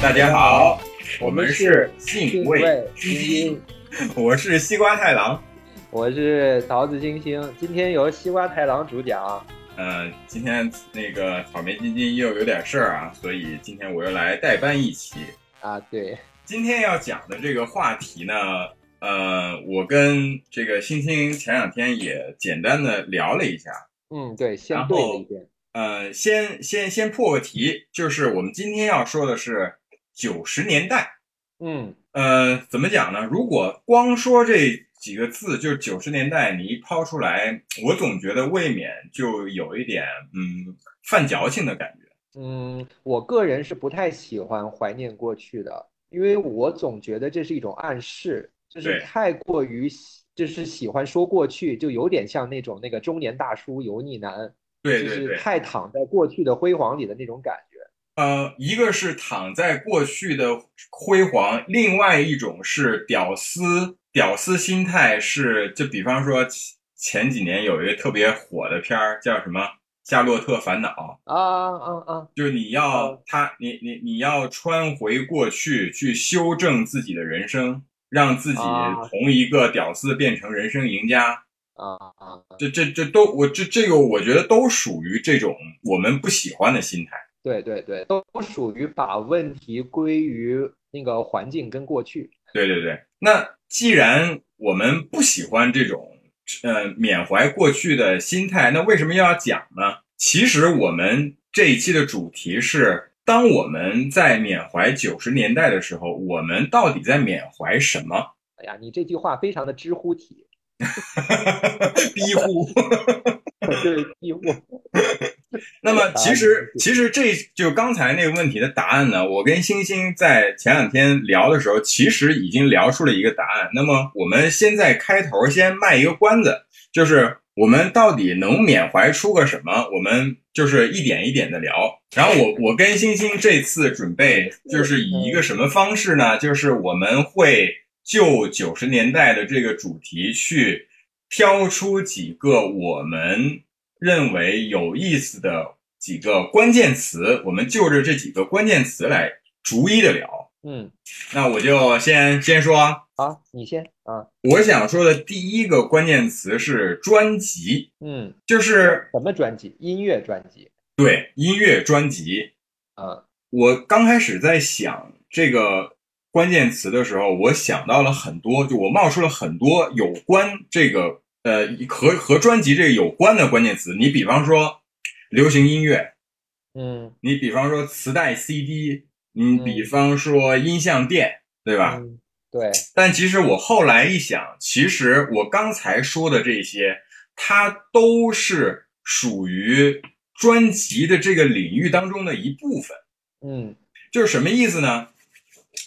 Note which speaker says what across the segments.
Speaker 1: 大家好，我们是
Speaker 2: 定
Speaker 1: 信味，
Speaker 2: 位精英，
Speaker 1: 我是西瓜太郎。
Speaker 2: 我是桃子星星。今天由西瓜太郎主讲。
Speaker 1: 呃，今天那个草莓晶晶又有点事儿啊，所以今天我又来代班一期。
Speaker 2: 啊，对，
Speaker 1: 今天要讲的这个话题呢，呃，我跟这个星星前两天也简单的聊了一下。
Speaker 2: 嗯，对，先
Speaker 1: 然后
Speaker 2: 对了一遍。
Speaker 1: 呃，先先先破个题，就是我们今天要说的是九十年代。
Speaker 2: 嗯，
Speaker 1: 呃，怎么讲呢？如果光说这几个字，就是九十年代，你一抛出来，我总觉得未免就有一点嗯犯矫情的感觉。
Speaker 2: 嗯，我个人是不太喜欢怀念过去的，因为我总觉得这是一种暗示，就是
Speaker 1: 对
Speaker 2: 太过于喜就是喜欢说过去，就有点像那种那个中年大叔油腻男，
Speaker 1: 对
Speaker 2: 就
Speaker 1: 对
Speaker 2: 是
Speaker 1: 对，
Speaker 2: 太躺在过去的辉煌里的那种感觉。
Speaker 1: 呃，一个是躺在过去的辉煌，另外一种是屌丝，屌丝心态是，就比方说前前几年有一个特别火的片儿，叫什么《夏洛特烦恼》。
Speaker 2: 啊啊啊！
Speaker 1: 就是你要
Speaker 2: 嗯
Speaker 1: 他，你你你要穿回过去，去修正自己的人生，让自己
Speaker 2: 啊
Speaker 1: 从一个屌丝变成人生赢家。
Speaker 2: 啊啊！
Speaker 1: 这这这都，我这这个我觉得都属于这种我们不喜欢的心态。
Speaker 2: 对对对，都属于把问题归于那个环境跟过去。
Speaker 1: 对对对，那既然我们不喜欢这种呃缅怀过去的心态，那为什么又要讲呢？其实我们这一期的主题是，当我们在缅怀九十年代的时候，我们到底在缅怀什么？
Speaker 2: 哎呀，你这句话非常的知乎 体，
Speaker 1: 逼乎。
Speaker 2: 对，义务。
Speaker 1: 那么其实其实这就刚才那个问题的答案呢，我跟星星在前两天聊的时候，其实已经聊出了一个答案。那么我们先在开头先卖一个关子，就是我们到底能缅怀出个什么？我们就是一点一点的聊。然后我我跟星星这次准备就是以一个什么方式呢？就是我们会就九十年代的这个主题去挑出几个我们认为有意思的几个关键词，我们就着这几个关键词来逐一的聊。
Speaker 2: 嗯，
Speaker 1: 那我就先先说啊，
Speaker 2: 好，你先啊，
Speaker 1: 我想说的第一个关键词是专辑，
Speaker 2: 嗯，
Speaker 1: 就是
Speaker 2: 什么专辑？音乐专辑
Speaker 1: 对音乐专辑。
Speaker 2: 啊，
Speaker 1: 我刚开始在想这个关键词的时候，我想到了很多，就我冒出了很多有关这个呃和和专辑这个有关的关键词。你比方说流行音乐，
Speaker 2: 嗯，
Speaker 1: 你比方说磁带、CD，你
Speaker 2: 嗯
Speaker 1: 比方说音像店，对吧？
Speaker 2: 嗯，对，
Speaker 1: 但其实我后来一想，其实我刚才说的这些，它都是属于专辑的这个领域当中的一部分。
Speaker 2: 嗯
Speaker 1: 就是什么意思呢？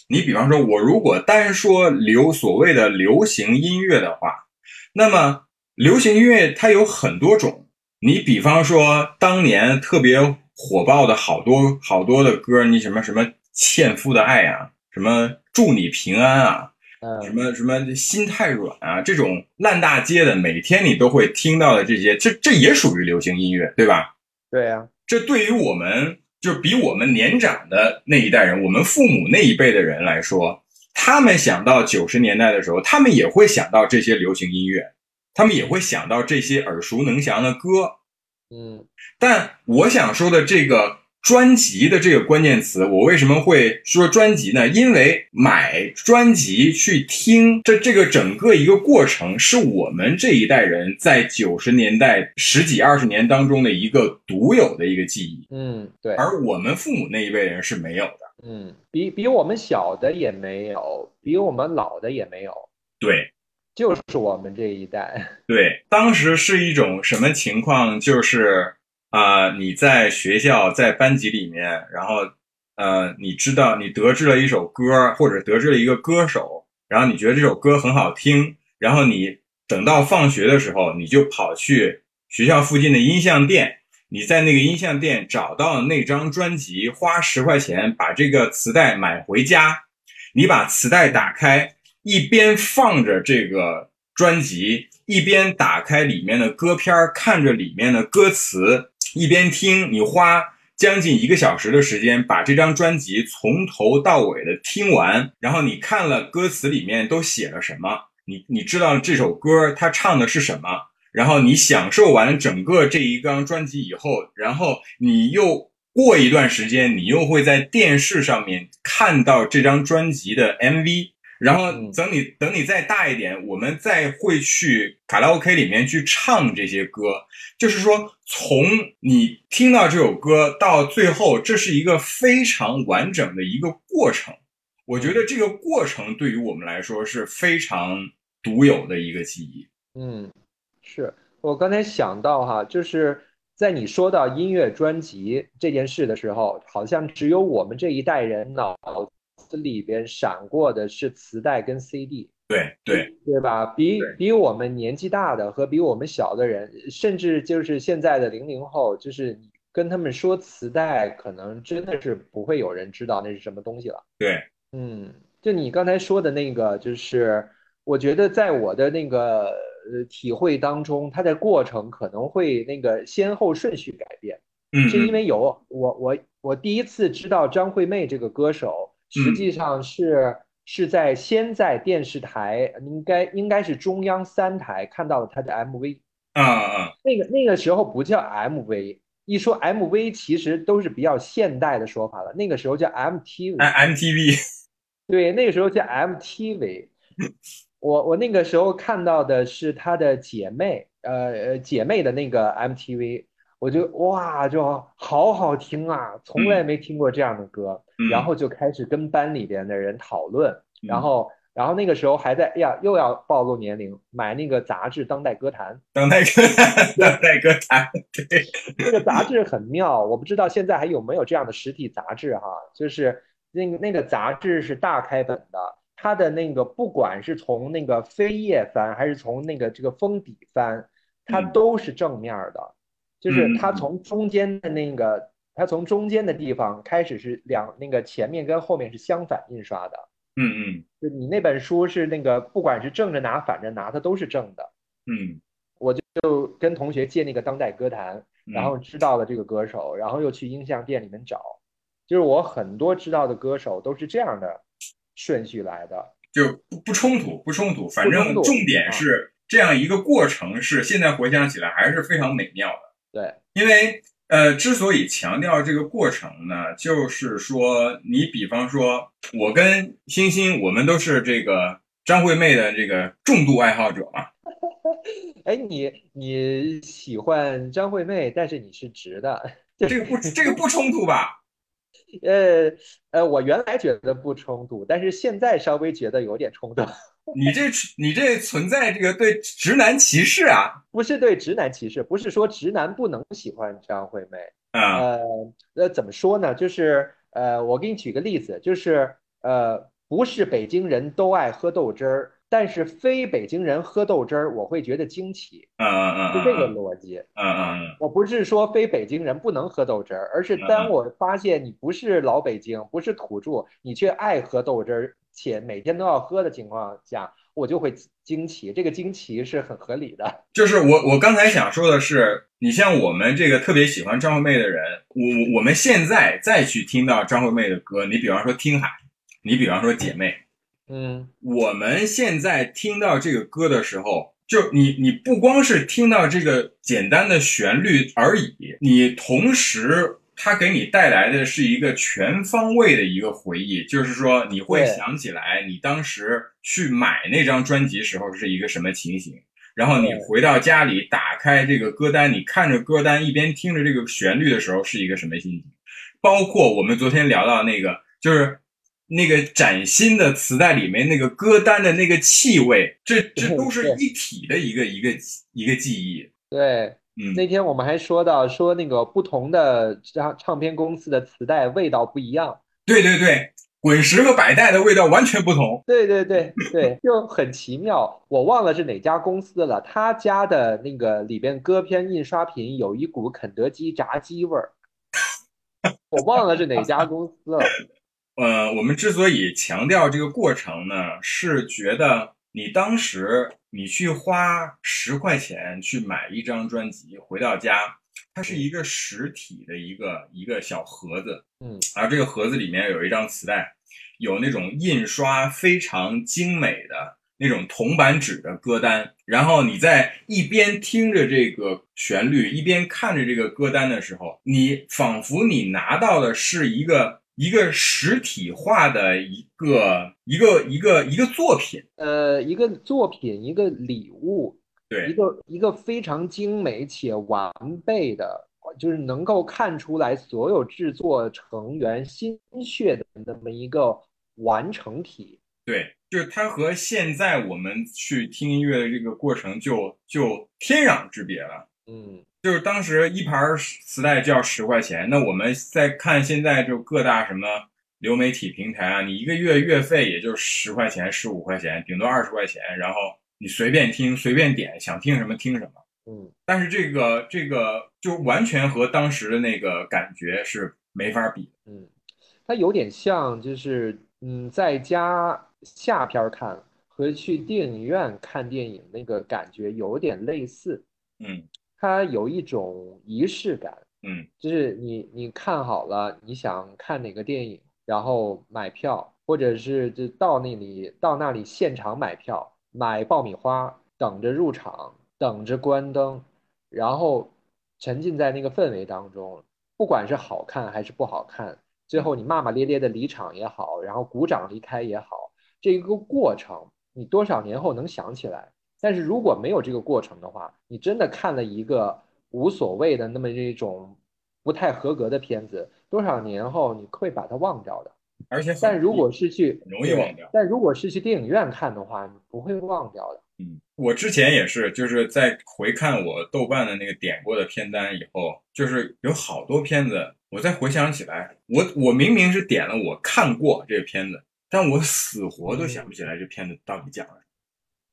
Speaker 1: 你比方说，我如果单说流所谓的流行音乐的话，那么流行音乐它有很多种。你比方说，当年特别火爆的好多好多的歌，你什么什么《纤夫的爱》啊，什么《祝你平安》啊，什
Speaker 2: 嗯，
Speaker 1: 么什么心太软啊，这种烂大街的，每天你都会听到的这些，这这也属于流行音乐，对吧？
Speaker 2: 对啊，
Speaker 1: 这对于我们就比我们年长的那一代人，我们父母那一辈的人来说，他们想到九十年代的时候，他们也会想到这些流行音乐，他们也会想到这些耳熟能详的歌。
Speaker 2: 嗯
Speaker 1: 但我想说的这个专辑的这个关键词，我为什么会说专辑呢？因为买专辑去听，这这个整个一个过程，是我们这一代人在九十年代十几二十年当中的一个独有的一个记忆。
Speaker 2: 嗯，对，
Speaker 1: 而我们父母那一辈人是没有的。
Speaker 2: 嗯，比比我们小的也没有，比我们老的也没有，
Speaker 1: 对
Speaker 2: 就是我们这一代，
Speaker 1: 对，当时是一种什么情况？就是啊、呃你在学校在班级里面，然后呃，你知道你得知了一首歌，或者得知了一个歌手，然后你觉得这首歌很好听，然后你等到放学的时候，你就跑去学校附近的音像店。你在那个音像店找到那张专辑，花十块钱把这个磁带买回家，你把磁带打开，一边放着这个专辑，一边打开里面的歌片儿，看着里面的歌词，一边听。你花将近一个小时的时间，把这张专辑从头到尾的听完，然后你看了歌词里面都写了什么，你你知道这首歌它唱的是什么，然后你享受完整个这一张专辑以后，然后你又过一段时间，你又会在电视上面看到这张专辑的 MV。然后等你等你再大一点，我们再会去卡拉 OK 里面去唱这些歌。就是说，从你听到这首歌到最后，这是一个非常完整的一个过程。我觉得这个过程对于我们来说是非常独有的一个记忆。
Speaker 2: 嗯，是我刚才想到哈，就是在你说到音乐专辑这件事的时候，好像只有我们这一代人脑。里边闪过的是磁带跟 CD，
Speaker 1: 对对
Speaker 2: 对吧？比比我们年纪大的和比我们小的人，甚至就是现在的零零后，就是你跟他们说磁带，可能真的是不会有人知道那是什么东西了。
Speaker 1: 对，
Speaker 2: 嗯，就你刚才说的那个，就是我觉得在我的那个呃体会当中，它的过程可能会那个先后顺序改变。
Speaker 1: 嗯,嗯，
Speaker 2: 是因为有我我我第一次知道张惠妹这个歌手。实际上是是在先在电视台，应该应该是中央三台看到了他的 MV
Speaker 1: 啊啊，
Speaker 2: 那个那个时候不叫 MV，一说 MV 其实都是比较现代的说法了，那个时候叫
Speaker 1: 啊
Speaker 2: MTV，MTV，对，那个时候叫 MTV。我我那个时候看到的是他的姐妹，呃姐妹的那个 MTV。我就哇，就好好听啊！从来没听过这样的歌，
Speaker 1: 嗯、
Speaker 2: 然后就开始跟班里边的人讨论，嗯、然后，然后那个时候还在，哎呀，又要暴露年龄，买那个杂志《当代歌坛》。
Speaker 1: 当代歌坛，当代歌坛，对，
Speaker 2: 那个杂志很妙，我不知道现在还有没有这样的实体杂志哈、啊，就是那个那个杂志是大开本的，它的那个不管是从那个扉页翻，还是从那个这个封底翻，它都是正面的。
Speaker 1: 嗯
Speaker 2: 就是它从中间的那个，它从中间的地方开始是两那个前面跟后面是相反印刷的。
Speaker 1: 嗯嗯，
Speaker 2: 就你那本书是那个，不管是正着拿、反着拿，它都是正的。
Speaker 1: 嗯，
Speaker 2: 我就跟同学借那个《当代歌坛》，
Speaker 1: 嗯
Speaker 2: 然后知道了这个歌手，然后又去音像店里面找。就是我很多知道的歌手都是这样的顺序来的，
Speaker 1: 就不不冲突，不冲突。反正重
Speaker 2: 啊
Speaker 1: 点是这样一个过程，是现在回想起来还是非常美妙的。
Speaker 2: 对，
Speaker 1: 因为呃，之所以强调这个过程呢，就是说，你比方说，我跟欣欣，我们都是这个张惠妹的这个重度爱好者嘛。
Speaker 2: 哎，你你喜欢张惠妹，但是你是直的，
Speaker 1: 这个不这个不冲突吧？
Speaker 2: 呃呃，我原来觉得不冲突，但是现在稍微觉得有点冲突。
Speaker 1: 你这你这存在这个对直男歧视啊？
Speaker 2: 不是对直男歧视，不是说直男不能喜欢张惠妹
Speaker 1: 啊。
Speaker 2: 呃呃，怎么说呢？就是呃，我给你举个例子，就是呃，不是北京人都爱喝豆汁儿，但是非北京人喝豆汁儿，我会觉得惊奇。
Speaker 1: 嗯嗯嗯，
Speaker 2: 是这个逻辑。
Speaker 1: 嗯嗯嗯，
Speaker 2: 我不是说非北京人不能喝豆汁儿，而是当我发现你不是老北京，不是土著，你却爱喝豆汁儿。且每天都要喝的情况下，我就会惊奇。这个惊奇是很合理的。
Speaker 1: 就是我，我刚才想说的是，你像我们这个特别喜欢张惠妹的人，我我们现在再去听到张惠妹的歌，你比方说《听海》，你比方说《姐妹》，
Speaker 2: 嗯，
Speaker 1: 我们现在听到这个歌的时候，就你你不光是听到这个简单的旋律而已，你同时。它给你带来的是一个全方位的一个回忆，就是说你会想起来你当时去买那张专辑时候是一个什么情形，然后你回到家里打开这个歌单，你看着歌单一边听着这个旋律的时候是一个什么心情，包括我们昨天聊到那个就是那个崭新的磁带里面那个歌单的那个气味，这这都是一体的一个一个一个记忆。嗯
Speaker 2: 对。那天我们还说到，说那个不同的唱唱片公司的磁带味道不一样。
Speaker 1: 对对对，滚石和百代的味道完全不同。
Speaker 2: 对对对对，就很奇妙。我忘了是哪家公司了，他家的那个里边歌片印刷品有一股肯德基炸鸡味儿，我忘了是哪家公司了。
Speaker 1: 呃，我们之所以强调这个过程呢，是觉得你当时你去花十块钱去买一张专辑，回到家，它是一个实体的一个一个小盒子，
Speaker 2: 嗯，
Speaker 1: 然后这个盒子里面有一张磁带，有那种印刷非常精美的。那种铜版纸的歌单，然后你在一边听着这个旋律，一边看着这个歌单的时候，你仿佛你拿到的是一个一个实体化的一个一个一个一个作品，
Speaker 2: 呃，一个作品，一个礼物，
Speaker 1: 对，
Speaker 2: 一个一个非常精美且完备的，就是能够看出来所有制作成员心血的那么一个完成体，
Speaker 1: 对。就是它和现在我们去听音乐的这个过程就就天壤之别了。
Speaker 2: 嗯，
Speaker 1: 就是当时一盘磁带就要十块钱，那我们再看现在就各大什么流媒体平台啊，你一个月月费也就十块钱、十五块钱，顶多二十块钱，然后你随便听、随便点，想听什么听什么。
Speaker 2: 嗯，
Speaker 1: 但是这个这个就完全和当时的那个感觉是没法比的。
Speaker 2: 嗯，它有点像就是嗯，在家。下片看和去电影院看电影那个感觉有点类似，
Speaker 1: 嗯，
Speaker 2: 它有一种仪式感，
Speaker 1: 嗯，
Speaker 2: 就是你你看好了，你想看哪个电影，然后买票，或者是就到那里到那里现场买票，买爆米花，等着入场，等着关灯，然后沉浸在那个氛围当中，不管是好看还是不好看，最后你骂骂咧咧的离场也好，然后鼓掌离开也好。这个过程，你多少年后能想起来？但是如果没有这个过程的话，你真的看了一个无所谓的那么这种不太合格的片子，多少年后你会把它忘掉的。
Speaker 1: 而且，
Speaker 2: 但如果是去
Speaker 1: 容易忘掉，
Speaker 2: 但如果是去电影院看的话，你不会忘掉的。
Speaker 1: 嗯，我之前也是，就是在回看我豆瓣的那个点过的片单以后，就是有好多片子，我再回想起来，我我明明是点了我看过这个片子。但我死活都想不起来这片子到底讲了什么。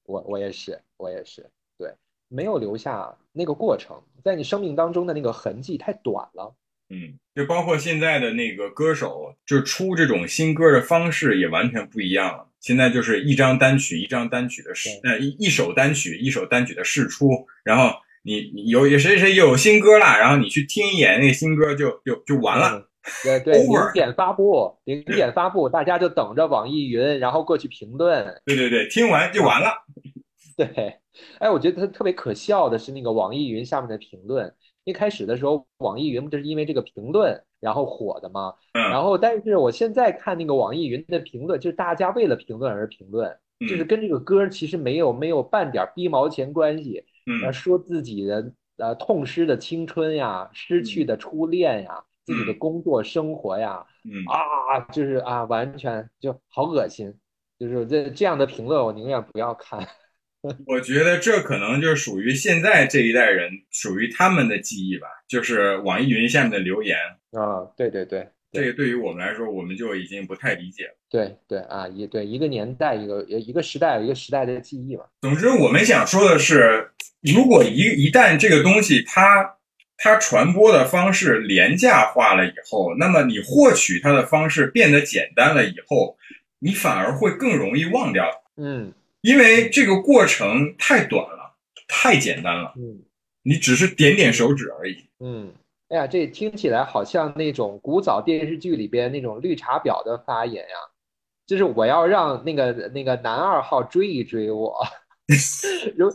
Speaker 2: 我我也是，我也是，对，没有留下那个过程，在你生命当中的那个痕迹太短了。
Speaker 1: 嗯，就包括现在的那个歌手，就出这种新歌的方式也完全不一样了。现在就是一张单曲一张单曲的试，呃一一首单曲一首单曲的试出，然后你你有谁谁有新歌啦，然后你去听一眼那个新歌就就就完了。
Speaker 2: 嗯对对，零
Speaker 1: Over
Speaker 2: 点发布，零点发布，大家就等着网易云，然后过去评论。
Speaker 1: 对对对，听完就完了。
Speaker 2: 对，哎，我觉得它特别可笑的是那个网易云下面的评论。一开始的时候，网易云不就是因为这个评论然后火的吗？
Speaker 1: 嗯
Speaker 2: 然后，但是我现在看那个网易云的评论，就是大家为了评论而评论，
Speaker 1: 嗯
Speaker 2: 就是跟这个歌其实没有没有半点逼毛钱关系。呃，
Speaker 1: 嗯
Speaker 2: 说自己的呃痛失的青春呀，失去的初恋呀，自己的
Speaker 1: 嗯
Speaker 2: 工作生活呀，
Speaker 1: 嗯，
Speaker 2: 啊，就是啊，完全就好恶心，就是这这样的评论，我宁愿不要看。
Speaker 1: 我觉得这可能就属于现在这一代人属于他们的记忆吧，就是网易云下面的留言。
Speaker 2: 啊，对对对
Speaker 1: 这
Speaker 2: 对
Speaker 1: 个对于我们来说，我们就已经不太理解了。
Speaker 2: 对对啊，一对一个年代，一个呃一个时代，有一个时代的记忆嘛。
Speaker 1: 总之，我们想说的是，如果一一旦这个东西它它传播的方式廉价化了以后，那么你获取它的方式变得简单了以后，你反而会更容易忘掉，
Speaker 2: 嗯
Speaker 1: 因为这个过程太短了，太简单了，
Speaker 2: 嗯
Speaker 1: 你只是点点手指而已。
Speaker 2: 嗯，哎呀，这听起来好像那种古早电视剧里边那种绿茶婊的发言呀，就是我要让那个那个男二号追一追我， 如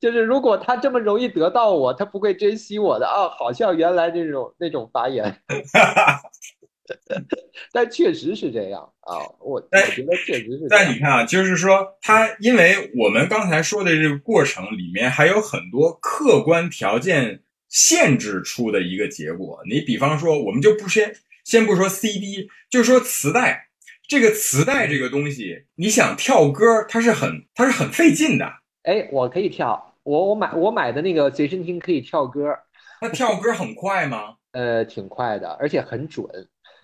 Speaker 2: 就是如果他这么容易得到我，他不会珍惜我的啊，好像原来那种那种 发言，但确实是这样啊，我我觉得确实是这
Speaker 1: 但
Speaker 2: 样
Speaker 1: 你，看啊，就是说，它因为我们刚才说的这个过程里面还有很多客观条件限制出的一个结果。你比方说，我们就不先先不说 CD，就说磁带。这个磁带这个东西，你想跳歌，它是很它是很费劲的。
Speaker 2: 哎，我可以跳，我我买我买的那个随身听可以跳歌，
Speaker 1: 它跳歌很快吗？
Speaker 2: 呃，挺快的，而且很准，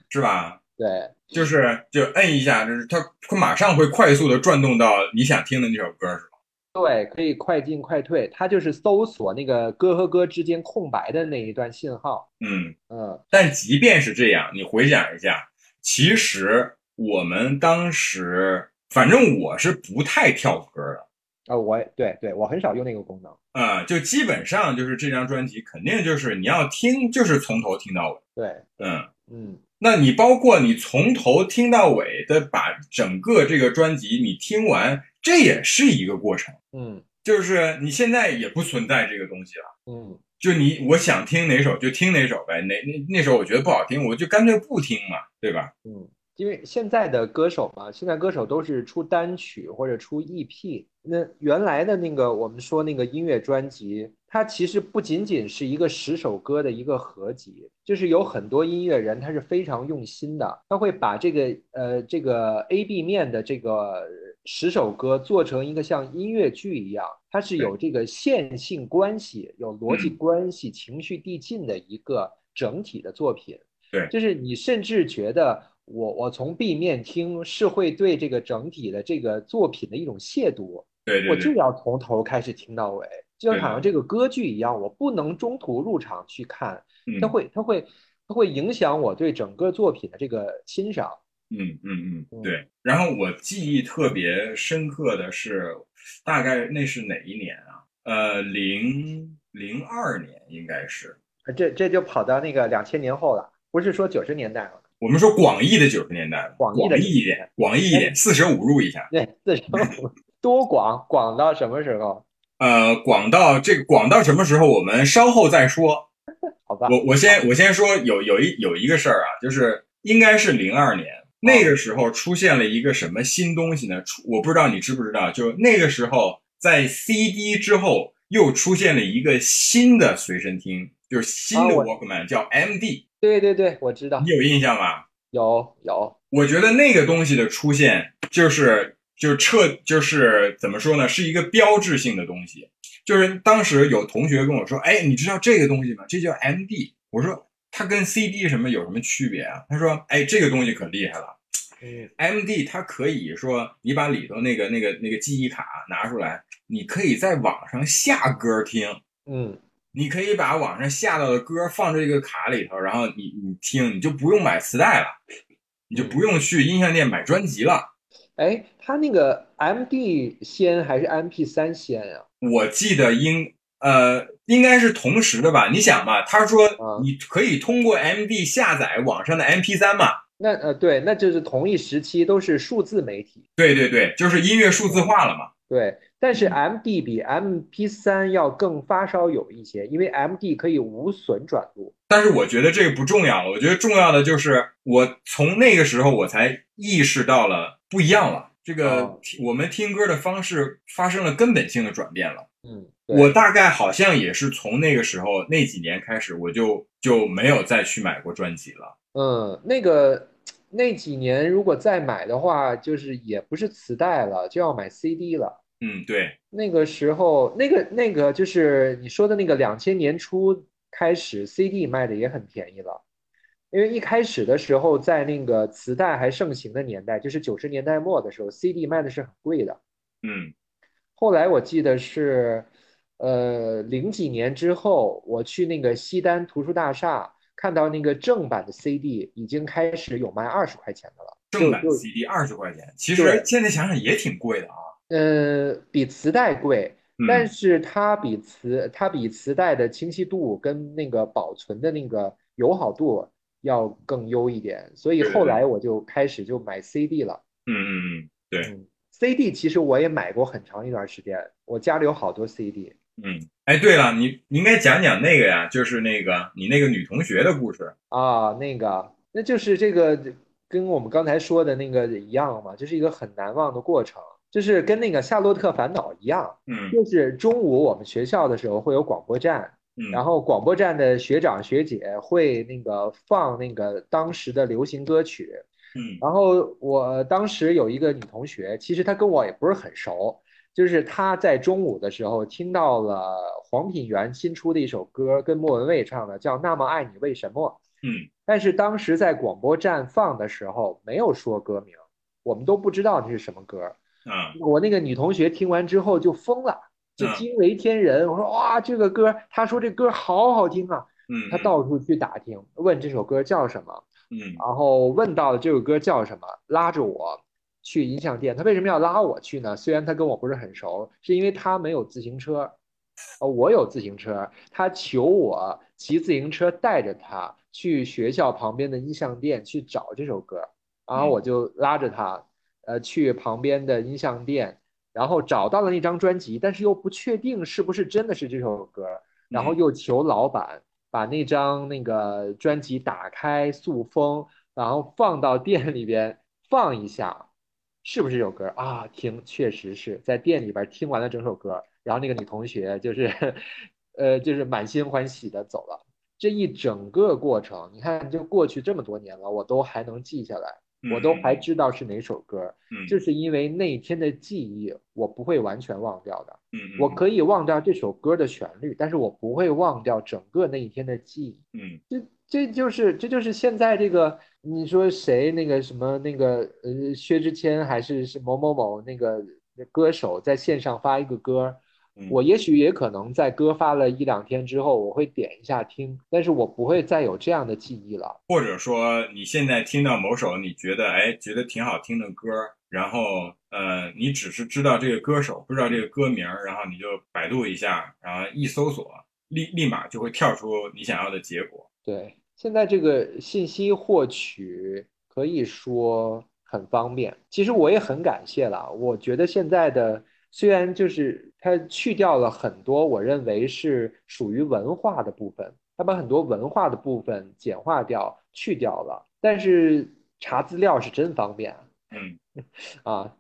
Speaker 1: 是吧？
Speaker 2: 对。
Speaker 1: 就是就摁一下，就是它它马上会快速的转动到你想听的那首歌，是吧？
Speaker 2: 对，可以快进快退，它就是搜索那个歌和歌之间空白的那一段信号。
Speaker 1: 嗯，
Speaker 2: 嗯
Speaker 1: 但即便是这样，你回想一下，其实我们当时反正我是不太跳歌的。
Speaker 2: 啊、呃，我对对，我很少用那个功能。
Speaker 1: 啊、呃，就基本上就是这张专辑，肯定就是你要听，就是从头听到尾。
Speaker 2: 对，
Speaker 1: 嗯
Speaker 2: 嗯。
Speaker 1: 那你包括你从头听到尾的，把整个这个专辑你听完，这也是一个过程。
Speaker 2: 嗯，
Speaker 1: 就是你现在也不存在这个东西了。
Speaker 2: 嗯，
Speaker 1: 就你我想听哪首就听哪首呗，哪那那首我觉得不好听，我就干脆不听嘛，对吧？
Speaker 2: 嗯。因为现在的歌手嘛，现在歌手都是出单曲或者出 EP。那原来的那个我们说那个音乐专辑，它其实不仅仅是一个十首歌的一个合集，就是有很多音乐人他是非常用心的，他会把这个呃这个 A B 面的这个十首歌做成一个像音乐剧一样，它是有这个线性关系、有逻辑关系、情绪递进的一个整体的作品。
Speaker 1: 对，
Speaker 2: 就是你甚至觉得。我我从 B 面听是会对这个整体的这个作品的一种亵渎，
Speaker 1: 对,对,对，
Speaker 2: 我就要从头开始听到尾，就像好像这个歌剧一样，我不能中途入场去看，
Speaker 1: 嗯
Speaker 2: 它会它会它会影响我对整个作品的这个欣赏。
Speaker 1: 嗯嗯嗯，对。然后我记忆特别深刻的是，大概那是哪一年啊？呃，零零二年应该是。
Speaker 2: 呃这这就跑到那个两千年后了，不是说九十年代了。
Speaker 1: 我们说广义的九十年代，
Speaker 2: 广义的
Speaker 1: 一点，广
Speaker 2: 哎
Speaker 1: 义一点，四舍五入一下，
Speaker 2: 对，四舍
Speaker 1: 嗯
Speaker 2: 五 多广，广到什么时候？
Speaker 1: 呃，广到这个广到什么时候？我们稍后再说。啊
Speaker 2: 好吧，
Speaker 1: 我我先我先说有有一有一个事儿啊，就是应该是零二年那个时候出现了一个什么新东西呢？出我不知道你知不知道，就那个时候在 CD 之后又出现了一个新的随身听，就是新的 Walkman，、
Speaker 2: 啊、
Speaker 1: 叫 MD。
Speaker 2: 对对对，我知道。
Speaker 1: 你有印象吗？
Speaker 2: 有有，
Speaker 1: 我觉得那个东西的出现，就是就彻就是怎么说呢，是一个标志性的东西。就是当时有同学跟我说：“哎，你知道这个东西吗？这叫 MD。”我说：“它跟 CD 什么有什么区别啊？”他说：“哎，这个东西可厉害了。MD 嗯它可以说你把里头那个那个那个记忆卡拿出来，你可以在网上下歌听。”
Speaker 2: 嗯。
Speaker 1: 你可以把网上下到的歌放这个卡里头，然后你你听，你就不用买磁带了，你就不用去音像店买专辑了。
Speaker 2: 哎，他那个 M D 先还是 M P 三先呀、啊？
Speaker 1: 我记得应呃应该是同时的吧？你想吧，他说你可以通过 M D 下载网上的 M P 三嘛？
Speaker 2: 那呃对，那就是同一时期都是数字媒体。
Speaker 1: 对对对，就是音乐数字化了嘛。
Speaker 2: 对，但是 M D 比 M P 三要更发烧友一些，因为 M D 可以无损转录。
Speaker 1: 但是我觉得这个不重要了，我觉得重要的就是我从那个时候我才意识到了不一样了，这个、
Speaker 2: 哦、
Speaker 1: 我们听歌的方式发生了根本性的转变了。
Speaker 2: 嗯，
Speaker 1: 我大概好像也是从那个时候那几年开始，我就就没有再去买过专辑了。
Speaker 2: 嗯，那个。那几年如果再买的话，就是也不是磁带了，就要买 CD 了。
Speaker 1: 嗯，对，
Speaker 2: 那个时候，那个那个就是你说的那个两千年初开始，CD 卖的也很便宜了，因为一开始的时候，在那个磁带还盛行的年代，就是九十年代末的时候，CD 卖的是很贵的。
Speaker 1: 嗯，
Speaker 2: 后来我记得是，呃，零几年之后，我去那个西单图书大厦。看到那个正版的 CD 已经开始有卖二十块钱的了，
Speaker 1: 正版 CD 二十块钱，其实现在想想也挺贵的啊。
Speaker 2: 呃，比磁带贵，
Speaker 1: 嗯、
Speaker 2: 但是它比磁它比磁带的清晰度跟那个保存的那个友好度要更优一点，所以后来我就开始就买 CD 了。
Speaker 1: 嗯嗯嗯，对嗯
Speaker 2: ，CD 其实我也买过很长一段时间，我家里有好多 CD。
Speaker 1: 嗯，哎，对了，你你应该讲讲那个呀，就是那个你那个女同学的故事
Speaker 2: 啊，那个，那就是这个跟我们刚才说的那个一样嘛，就是一个很难忘的过程，就是跟那个《夏洛特烦恼》一样，
Speaker 1: 嗯，
Speaker 2: 就是中午我们学校的时候会有广播站，
Speaker 1: 嗯，
Speaker 2: 然后广播站的学长学姐会那个放那个当时的流行歌曲，
Speaker 1: 嗯，
Speaker 2: 然后我当时有一个女同学，其实她跟我也不是很熟。就是他在中午的时候听到了黄品源新出的一首歌，跟莫文蔚唱的，叫《那么爱你为什么》。
Speaker 1: 嗯，
Speaker 2: 但是当时在广播站放的时候没有说歌名，我们都不知道这是什么歌。
Speaker 1: 嗯，
Speaker 2: 我那个女同学听完之后就疯了，就惊为天人。我说哇，这个歌，她说这歌好好听啊。
Speaker 1: 嗯，
Speaker 2: 她到处去打听，问这首歌叫什么。
Speaker 1: 嗯，
Speaker 2: 然后问到了这首歌叫什么，拉着我。去音像店。他为什么要拉我去呢？虽然他跟我不是很熟，是因为他没有自行车，呃，我有自行车，他求我骑自行车带着他去学校旁边的音像店去找这首歌。然后我就拉着他，呃，去旁边的音像店，然后找到了那张专辑，但是又不确定是不是真的是这首歌，然后又求老板把那张那个专辑打开塑封，然后放到店里边放一下，是不是这首歌啊？听，确实是在店里边听完了整首歌，然后那个女同学就是， 呃，就是满心欢喜的走了。这一整个过程，你看，就过去这么多年了，我都还能记下来。我都还知道是哪首歌，
Speaker 1: 嗯，
Speaker 2: 就是因为那天的记忆，我不会完全忘掉的，
Speaker 1: 嗯，
Speaker 2: 我可以忘掉这首歌的旋律，但是我不会忘掉整个那一天的记忆，
Speaker 1: 嗯，
Speaker 2: 这这就是这就是现在这个你说谁那个什么那个呃薛之谦还是是某某某那个歌手在线上发一个歌，
Speaker 1: 嗯
Speaker 2: 我也许也可能在歌发了一两天之后，我会点一下听，但是我不会再有这样的记忆了。
Speaker 1: 或者说，你现在听到某首你觉得哎觉得挺好听的歌，然后呃你只是知道这个歌手，不知道这个歌名，然后你就百度一下，然后一搜索，立立马就会跳出你想要的结果。
Speaker 2: 对，现在这个信息获取可以说很方便。其实我也很感谢了，我觉得现在的。虽然就是它去掉了很多，我认为是属于文化的部分，它把很多文化的部分简化掉、去掉了，但是查资料是真方便，
Speaker 1: 嗯，
Speaker 2: 啊，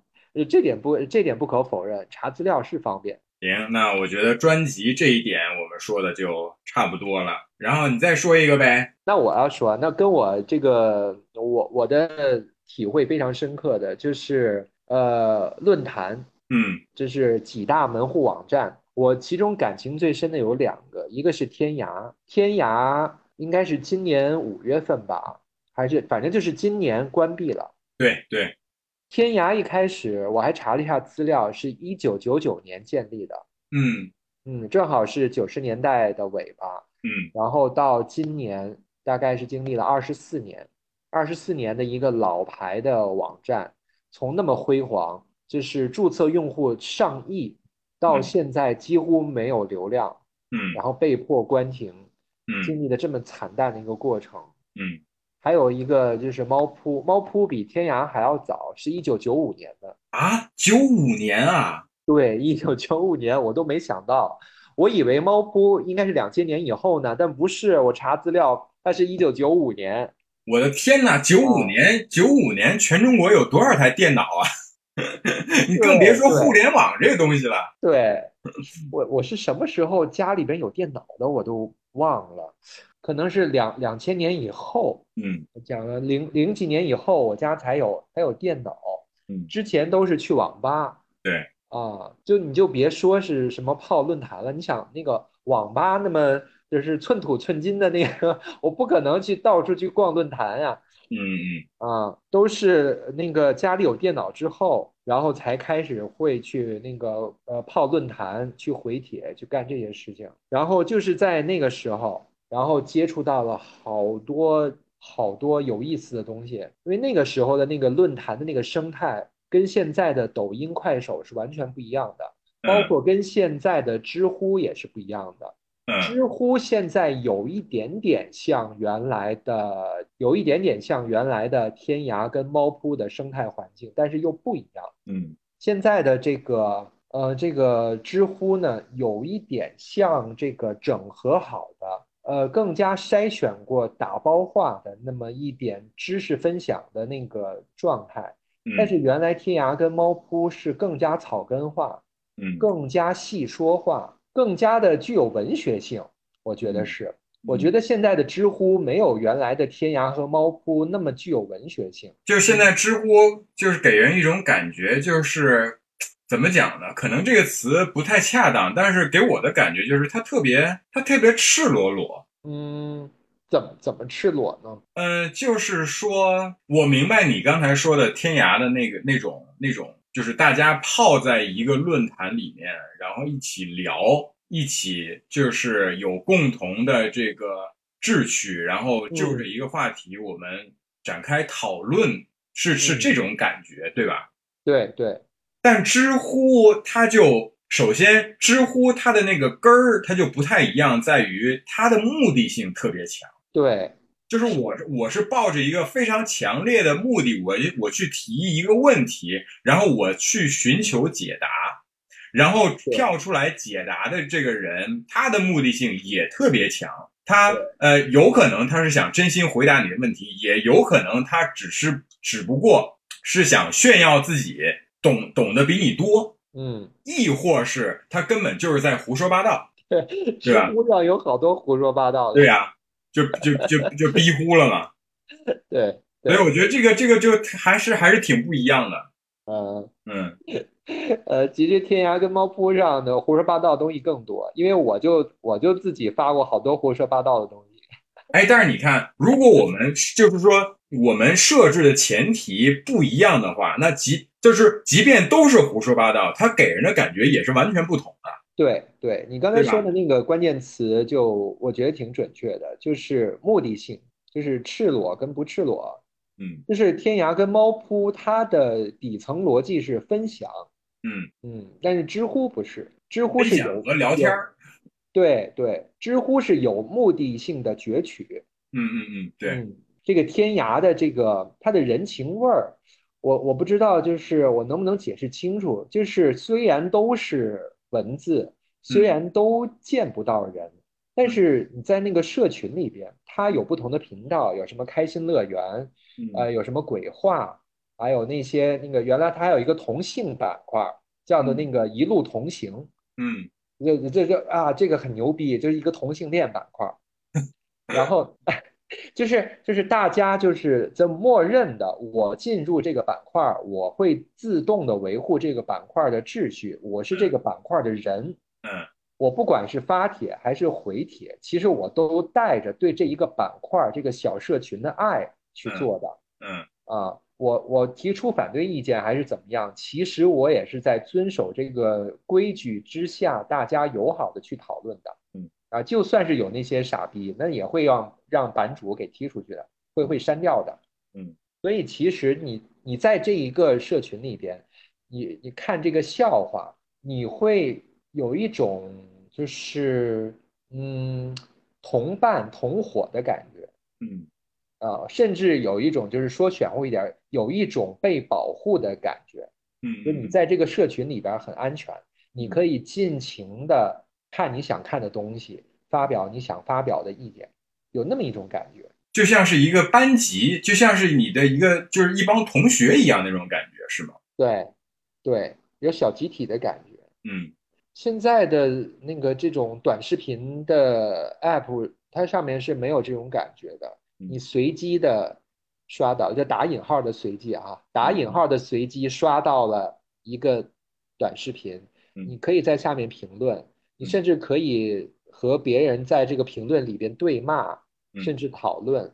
Speaker 2: 这点不这点不可否认，查资料是方便。
Speaker 1: 行，那我觉得专辑这一点我们说的就差不多了，然后你再说一个呗。
Speaker 2: 那我要说，啊那跟我这个我我的体会非常深刻的就是呃论坛。
Speaker 1: 嗯，
Speaker 2: 这是几大门户网站，我其中感情最深的有两个，一个是天涯，天涯应该是今年五月份吧，还是反正就是今年关闭了。
Speaker 1: 对对，
Speaker 2: 天涯一开始我还查了一下资料，是一九九九年建立的，
Speaker 1: 嗯
Speaker 2: 嗯，正好是九十年代的尾巴，
Speaker 1: 嗯，
Speaker 2: 然后到今年大概是经历了二十四年，二十四年的一个老牌的网站，从那么辉煌。就是注册用户上亿，到现在几乎没有流量，
Speaker 1: 嗯，
Speaker 2: 然后被迫关停，
Speaker 1: 嗯，
Speaker 2: 经历了这么惨淡的一个过程，
Speaker 1: 嗯，
Speaker 2: 还有一个就是猫扑，猫扑比天涯还要早，是一九九五年的
Speaker 1: 啊，九五年啊，
Speaker 2: 对，一九九五年我都没想到，我以为猫扑应该是两千年以后呢，但不是，我查资料，它是一九九五年，
Speaker 1: 我的天
Speaker 2: 啊
Speaker 1: 哪，九五年，九五年全中国有多少台电脑啊？ 你更别说互联网这个东西了。
Speaker 2: 对我，我是什么时候家里边有电脑的，我都忘了，可能是两两千年以后，
Speaker 1: 嗯，
Speaker 2: 讲了零零几年以后，我家才有才有电脑，
Speaker 1: 嗯，
Speaker 2: 之前都是去网吧，
Speaker 1: 对，
Speaker 2: 啊，就你就别说是什么泡论坛了，你想那个网吧那么就是寸土寸金的那个，我不可能去到处去逛论坛呀、
Speaker 1: 嗯嗯，
Speaker 2: 啊，都是那个家里有电脑之后，然后才开始会去那个呃泡论坛、去回帖、去干这些事情。然后就是在那个时候，然后接触到了好多好多有意思的东西，因为那个时候的那个论坛的那个生态跟现在的抖音、快手是完全不一样的，包括跟现在的知乎也是不一样的。
Speaker 1: 嗯
Speaker 2: 知乎现在有一点点像原来的，有一点点像原来的天涯跟猫扑的生态环境，但是又不一样。
Speaker 1: 嗯
Speaker 2: 现在的这个呃，这个知乎呢，有一点像这个整合好的，呃，更加筛选过、打包化的那么一点知识分享的那个状态。
Speaker 1: 嗯，
Speaker 2: 但是原来天涯跟猫扑是更加草根化，
Speaker 1: 嗯
Speaker 2: 更加细说话，更加的具有文学性。我觉
Speaker 1: 嗯
Speaker 2: 得是，我觉得现在的知乎没有原来的天涯和猫扑那么具有文学性。
Speaker 1: 就是现在知乎就是给人一种感觉，就是怎么讲呢？可能这个词不太恰当，但是给我的感觉就是它特别，它特别赤裸裸。
Speaker 2: 嗯，怎么怎么赤裸呢？
Speaker 1: 呃，就是说，我明白你刚才说的天涯的那个那种那种，就是大家泡在一个论坛里面，然后一起聊，一起就是有共同的这个志趣，然后就着一个话题，我们展开讨论，是是这种感觉，对吧？
Speaker 2: 对对，
Speaker 1: 但知乎它就首先，知乎它的那个根儿它就不太一样，在于它的目的性特别强。
Speaker 2: 对，
Speaker 1: 就是我我是抱着一个非常强烈的目的，我我去提一个问题，然后我去寻求解答，然后跳出来解答的这个人，他的目的性也特别强。他呃，有可能他是想真心回答你的问题，也有可能他只是只不过是想炫耀自己懂懂得比你多，
Speaker 2: 嗯，
Speaker 1: 亦或是他根本就是在胡说八道，
Speaker 2: 对，
Speaker 1: 对吧？
Speaker 2: 知乎上有好多胡说八道的，
Speaker 1: 对呀、啊，就就就就逼呼了嘛，
Speaker 2: 对，
Speaker 1: 所以我觉得这个这个就还是还是挺不一样的，
Speaker 2: 嗯
Speaker 1: 嗯，
Speaker 2: 呃，其实天涯跟猫扑上的胡说八道东西更多，因为我就我就自己发过好多胡说八道的东西。
Speaker 1: 哎，但是你看，如果我们就是说我们设置的前提不一样的话，那即就是即便都是胡说八道，它给人的感觉也是完全不同的。
Speaker 2: 对，对你刚才说的那个关键词就，就我觉得挺准确的，就是目的性，就是赤裸跟不赤裸。
Speaker 1: 嗯，
Speaker 2: 就是天涯跟猫扑，它的底层逻辑是分享。
Speaker 1: 嗯
Speaker 2: 嗯，但是知乎不是，知乎是有
Speaker 1: 和聊天儿，
Speaker 2: 对对，知乎是有目的性的攫取。
Speaker 1: 嗯嗯嗯，对
Speaker 2: 嗯，这个天涯的这个它的人情味儿，我我不知道，就是我能不能解释清楚？就是虽然都是文字，虽然都见不到人，嗯、但是你在那个社群里边，它有不同的频道，有什么开心乐园，
Speaker 1: 嗯
Speaker 2: 呃，有什么鬼话。还有那些那个，原来它还有一个同性板块，叫做那个“一路同行”。
Speaker 1: 嗯，
Speaker 2: 这这这啊，这个很牛逼，就是一个同性恋板块。然后 就是就是大家就是在默认的，我进入这个板块，我会自动的维护这个板块的秩序，我是这个板块的人。
Speaker 1: 嗯，
Speaker 2: 我不管是发帖还是回帖，其实我都带着对这一个板块、这个小社群的爱去做的。
Speaker 1: 嗯
Speaker 2: 啊。我我提出反对意见还是怎么样？其实我也是在遵守这个规矩之下，大家友好的去讨论的。
Speaker 1: 嗯
Speaker 2: 啊，就算是有那些傻逼，那也会让让版主给踢出去的，会会删掉的。
Speaker 1: 嗯，
Speaker 2: 所以其实你你在这一个社群里边，你你看这个笑话，你会有一种就是嗯同伴同伙的感觉。
Speaker 1: 嗯。
Speaker 2: 啊，甚至有一种就是说玄乎一点，有一种被保护的感觉。
Speaker 1: 嗯，
Speaker 2: 就你在这个社群里边很安全，你可以尽情的看你想看的东西，发表你想发表的意见，有那么一种感觉，
Speaker 1: 就像是一个班级，就像是你的一个就是一帮同学一样那种感觉，是吗？
Speaker 2: 对，对，有小集体的感觉。
Speaker 1: 嗯，
Speaker 2: 现在的那个这种短视频的 app，它上面是没有这种感觉的。你
Speaker 1: 嗯
Speaker 2: 随机的刷到，就打引号的随机啊，打
Speaker 1: 嗯
Speaker 2: 引号的随机刷到了一个短视频，
Speaker 1: 嗯
Speaker 2: 你可以在下面评论，你甚至可以和别人在这个评论里边对骂，
Speaker 1: 嗯
Speaker 2: 甚至讨论，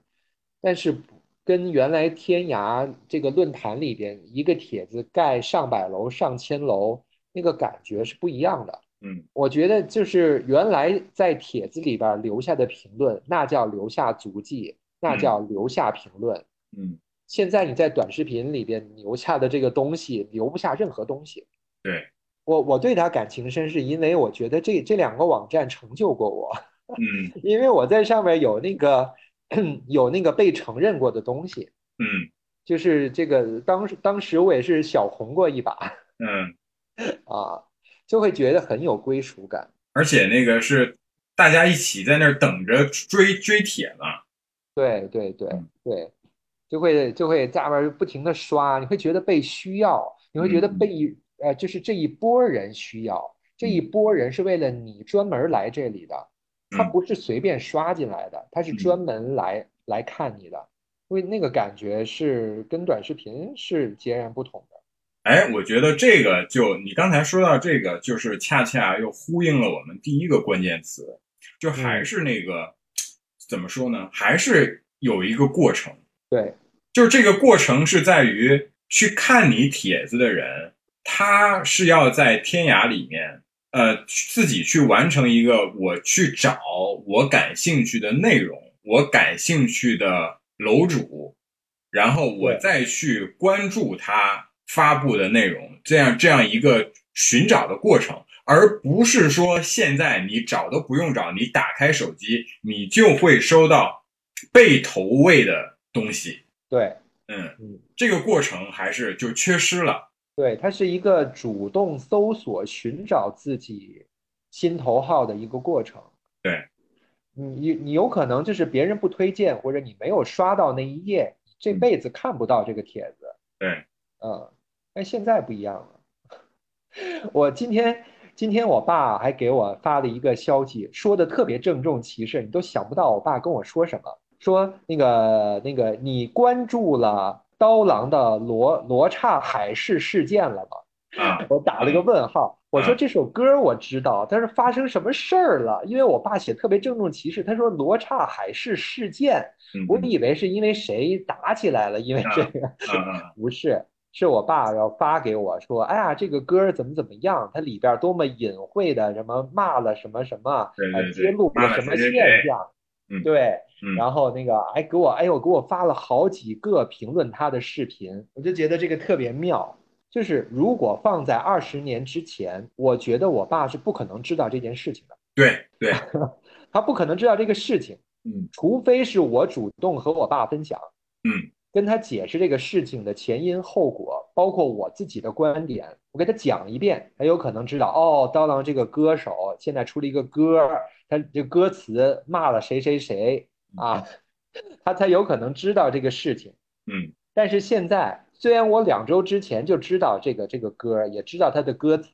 Speaker 2: 但是跟原来天涯这个论坛里边一个帖子盖上百楼、上千楼那个感觉是不一样的。
Speaker 1: 嗯
Speaker 2: 我觉得就是原来在帖子里边留下的评论，那叫留下足迹，那叫留下评论。
Speaker 1: 嗯，
Speaker 2: 现在你在短视频里边留下的这个东西，留不下任何东西。
Speaker 1: 对，
Speaker 2: 我我对它感情深，是因为我觉得这这两个网站成就过我，
Speaker 1: 嗯
Speaker 2: 因为我在上面有那个 有那个被承认过的东西，
Speaker 1: 嗯
Speaker 2: 就是这个当时当时我也是小红过一把
Speaker 1: 嗯，
Speaker 2: 啊，就会觉得很有归属感。
Speaker 1: 而且那个是大家一起在那儿等着追追帖嘛。
Speaker 2: 对对对
Speaker 1: 嗯
Speaker 2: 对，就会就会在外面不停的刷，你会觉得被需要，你会觉得
Speaker 1: 嗯
Speaker 2: 被一呃，就是这一波人需要，这一波人是为了你专门来这里的，他
Speaker 1: 嗯
Speaker 2: 不是随便刷进来的，他是
Speaker 1: 嗯
Speaker 2: 专门来来看你的，因为那个感觉是跟短视频是截然不同的。
Speaker 1: 哎，我觉得这个就你刚才说到这个，就是恰恰又呼应了我们第一个关键词，就还是那个、怎么说呢？还是有一个过程，
Speaker 2: 对，
Speaker 1: 就是这个过程是在于去看你帖子的人，他是要在天涯里面，呃，自己去完成一个我去找我感兴趣的内容，我感兴趣的楼主，然后我
Speaker 2: 对
Speaker 1: 再去关注他，发布的内容，这样这样一个寻找的过程，而不是说现在你找都不用找，你打开手机你就会收到被投喂的东西。
Speaker 2: 对，
Speaker 1: 嗯嗯，这个过程还是就缺失了。
Speaker 2: 对，它是一个主动搜索、寻找自己心头好的一个过程。
Speaker 1: 对，
Speaker 2: 你你你有可能就是别人不推荐，或者你没有刷到那一页，这辈子看不到这个帖子。
Speaker 1: 嗯对，
Speaker 2: 嗯，但现在不一样了。 我今天今天我爸还给我发了一个消息，说的特别郑重其事，你都想不到我爸跟我说什么。说那个那个，你关注了刀郎的罗罗刹海市事件了吗？
Speaker 1: 啊，
Speaker 2: 我打了一个问号。我说这首歌我知道，但是发生什么事儿了？因为我爸写特别郑重其事，他说罗刹海市事件，
Speaker 1: 嗯
Speaker 2: 我以为是因为谁打起来了，因为这个
Speaker 1: 嗯
Speaker 2: 不是，是我爸然后发给我说，哎呀，这个歌怎么怎么样，它里边多么隐晦的什么骂了什么什么，呃 啊揭露了什么现象。
Speaker 1: 嗯，
Speaker 2: 对，
Speaker 1: 嗯、
Speaker 2: 然后那个还给我，哎呦，给我发了好几个评论他的视频，我就觉得这个特别妙。就是如果放在二十年之前，我觉得我爸是不可能知道这件事情的。
Speaker 1: 对对，
Speaker 2: 他不可能知道这个事情，
Speaker 1: 嗯，
Speaker 2: 除非是我主动和我爸分享，
Speaker 1: 嗯，
Speaker 2: 跟他解释这个事情的前因后果，包括我自己的观点，我给他讲一遍，他有可能知道。哦，刀郎这个歌手现在出了一个歌。他这歌词骂了谁谁谁啊， 他才有可能知道这个事情。
Speaker 1: 嗯，
Speaker 2: 但是现在虽然我两周之前就知道这个这个歌，也知道它的歌词，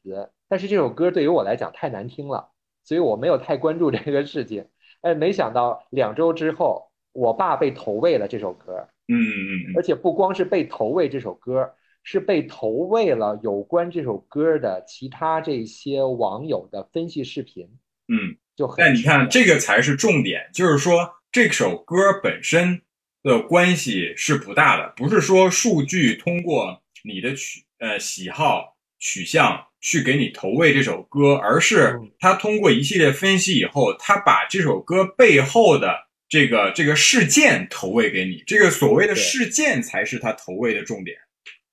Speaker 2: 但是这首歌对于我来讲太难听了，所以我没有太关注这个事情。哎，没想到两周之后，我爸被投喂了这首歌。
Speaker 1: 嗯嗯嗯，
Speaker 2: 而且不光是被投喂这首歌，是被投喂了有关这首歌的其他这些网友的分析视频。
Speaker 1: 嗯。
Speaker 2: 就很
Speaker 1: 但你看，这个才是重点，就是说这首歌本身的关系是不大的，不是说数据通过你的取呃喜好取向去给你投喂这首歌，而是它通过一系列分析以后，它把这首歌背后的这个这个事件投喂给你，这个所谓的事件才是它投喂的重点。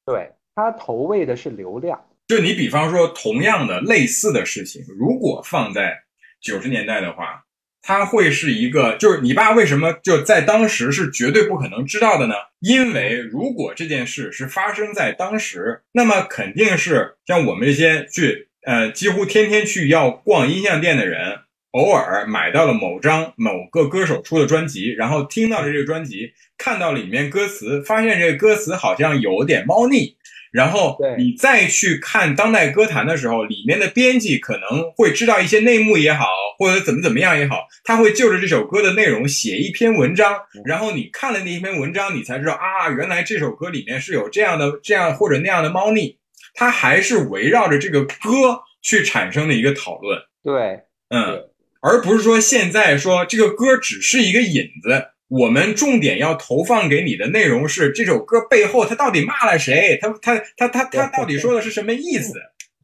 Speaker 2: 对，它投喂的是流量。
Speaker 1: 就你比方说，同样的类似的事情，如果放在九十年代的话，它会是一个，就是你爸为什么就在当时是绝对不可能知道的呢？因为如果这件事是发生在当时，那么肯定是像我们这些去呃几乎天天去要逛音像店的人，偶尔买到了某张某个歌手出的专辑，然后听到了这个专辑，看到里面歌词，发现这个歌词好像有点猫腻。然后你再去看当代歌坛的时候，里面的编辑可能会知道一些内幕也好，或者怎么怎么样也好，他会就着这首歌的内容写一篇文章。然后你看了那一篇文章，你才知道啊，原来这首歌里面是有这样的、这样或者那样的猫腻。它还是围绕着这个歌去产生的一个讨论。
Speaker 2: 对，
Speaker 1: 嗯，而不是说现在说这个歌只是一个引子。我们重点要投放给你的内容是这首歌背后他到底骂了谁，他他他他他到底说的是什么意思？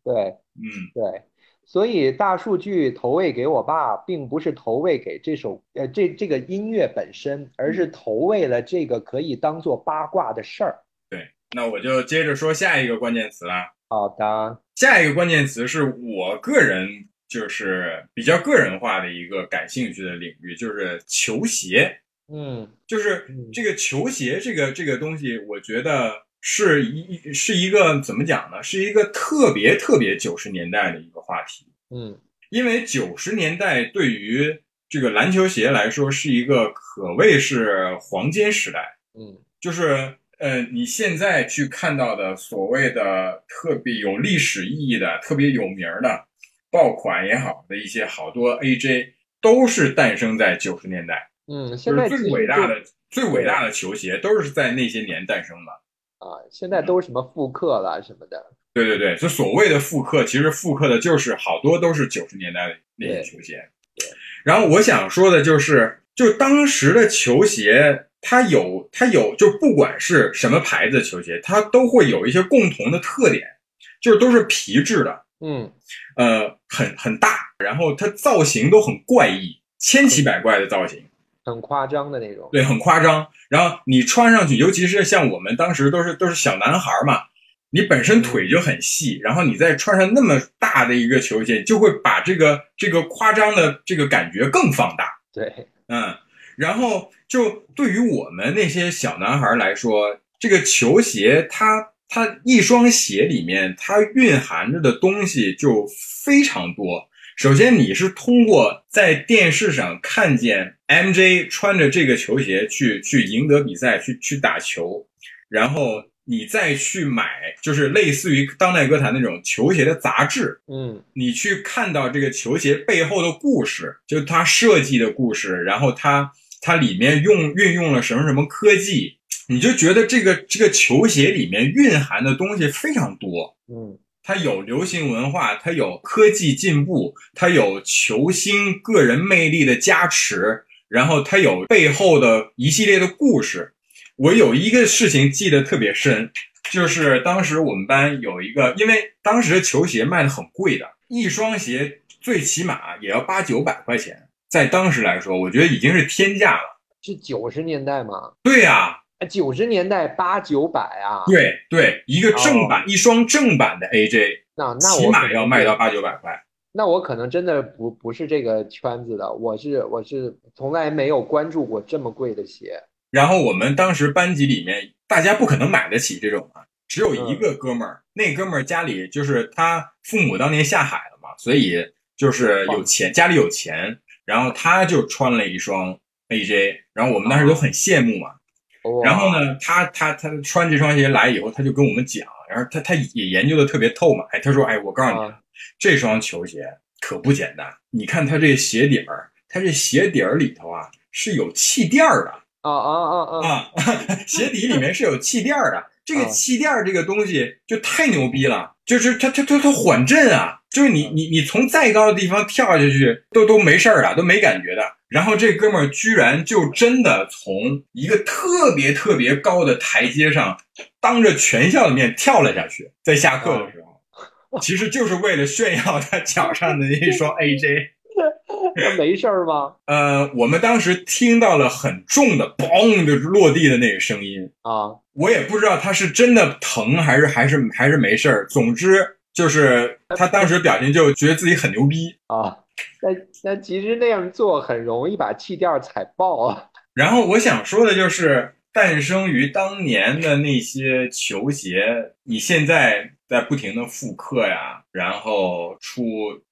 Speaker 2: 对，
Speaker 1: 嗯，
Speaker 2: 对，所以大数据投喂给我爸，并不是投喂给这首呃这这个音乐本身，而
Speaker 1: 嗯
Speaker 2: 是投喂了这个可以当做八卦的事儿。
Speaker 1: 对，那我就接着说下一个关键词啦。
Speaker 2: 好的，
Speaker 1: 下一个关键词是我个人就是比较个人化的一个感兴趣的领域，就是球鞋。
Speaker 2: 嗯，
Speaker 1: 就是这个球鞋，这个这个东西，我觉得是一是一个怎么讲呢？是一个特别特别九十年代的一个话题。
Speaker 2: 嗯，
Speaker 1: 因为九十年代对于这个篮球鞋来说，是一个可谓是黄金时代。
Speaker 2: 嗯，
Speaker 1: 就是呃，你现在去看到的所谓的特别有历史意义的、特别有名的爆款也好的一些好多 AJ，都是诞生在九十年代。
Speaker 2: 嗯，现在
Speaker 1: 最伟大的、最伟大的球鞋都是在那些年诞生的
Speaker 2: 啊！现在都是什么复刻了什么的。
Speaker 1: 对对对，就所谓的复刻，其实复刻的就是好多都是九十年代的那些球鞋。然后我想说的就是，就当时的球鞋，它有它有，就不管是什么牌子的球鞋，它都会有一些共同的特点，就是都是皮质的，
Speaker 2: 嗯，
Speaker 1: 呃，很很大，然后它造型都很怪异，千奇百怪的造型。
Speaker 2: 很夸张的那种，
Speaker 1: 对，很夸张。然后你穿上去，尤其是像我们当时都是都是小男孩嘛，你本身腿就很细，然后你再穿上那么大的一个球鞋，就会把这个这个夸张的这个感觉更放大。
Speaker 2: 对，
Speaker 1: 嗯，然后就对于我们那些小男孩来说，这个球鞋它它一双鞋里面它蕴含着的东西就非常多。首先，你是通过在电视上看见 MJ 穿着这个球鞋去去赢得比赛，去去打球，然后你再去买，就是类似于当代歌坛那种球鞋的杂志，
Speaker 2: 嗯，
Speaker 1: 你去看到这个球鞋背后的故事，就它设计的故事，然后它它里面用运用了什么什么科技，你就觉得这个这个球鞋里面蕴含的东西非常多，
Speaker 2: 嗯。
Speaker 1: 它有流行文化，它有科技进步，它有球星个人魅力的加持，然后它有背后的一系列的故事。我有一个事情记得特别深，就是当时我们班有一个，因为当时的球鞋卖的很贵的，一双鞋最起码也要八九百块钱，在当时来说，我觉得已经是天价了。
Speaker 2: 是九十年代吗？哎
Speaker 1: 对呀、啊。
Speaker 2: 九十年代八九百啊，
Speaker 1: 对对，一个正版、哦、一双正版的 AJ，
Speaker 2: 那那
Speaker 1: 起码要卖到八九百块。
Speaker 2: 那我可能真的不不是这个圈子的，我是我是从来没有关注过这么贵的鞋。
Speaker 1: 然后我们当时班级里面大家不可能买得起这种啊，只有一个哥们儿，嗯、那哥们儿家里就是他父母当年下海了嘛，所以就是有钱，家里有钱，然后他就穿了一双 AJ，然后我们当时都很羡慕嘛。然后呢，他他他穿这双鞋来以后，他就跟我们讲，然后他他也研究的特别透嘛，哎，他说，哎，我告诉你，
Speaker 2: 啊、
Speaker 1: 这双球鞋可不简单，你看它这鞋底儿，它这鞋底儿里头啊是有气垫儿的，
Speaker 2: 啊啊
Speaker 1: 啊啊，鞋底里面是有气垫儿的，这个气垫儿这个东西就太牛逼了，就是它它它它缓震啊，就是你你你从再高的地方跳下去都都没事儿的，都没感觉的。然后这哥们儿居然就真的从一个特别特别高的台阶上，当着全校的面跳了下去，在下课的时候， 其实就是为了炫耀他脚上的那双 AJ。
Speaker 2: 没事儿吗？
Speaker 1: 呃，我们当时听到了很重的“嘣”就是落地的那个声音
Speaker 2: 啊，
Speaker 1: 我也不知道他是真的疼还是还是还是没事儿。总之就是他当时表情就觉得自己很牛逼
Speaker 2: 啊。那那其实那样做很容易把气垫踩爆啊。
Speaker 1: 然后我想说的就是，诞生于当年的那些球鞋，你现在在不停的复刻呀，然后出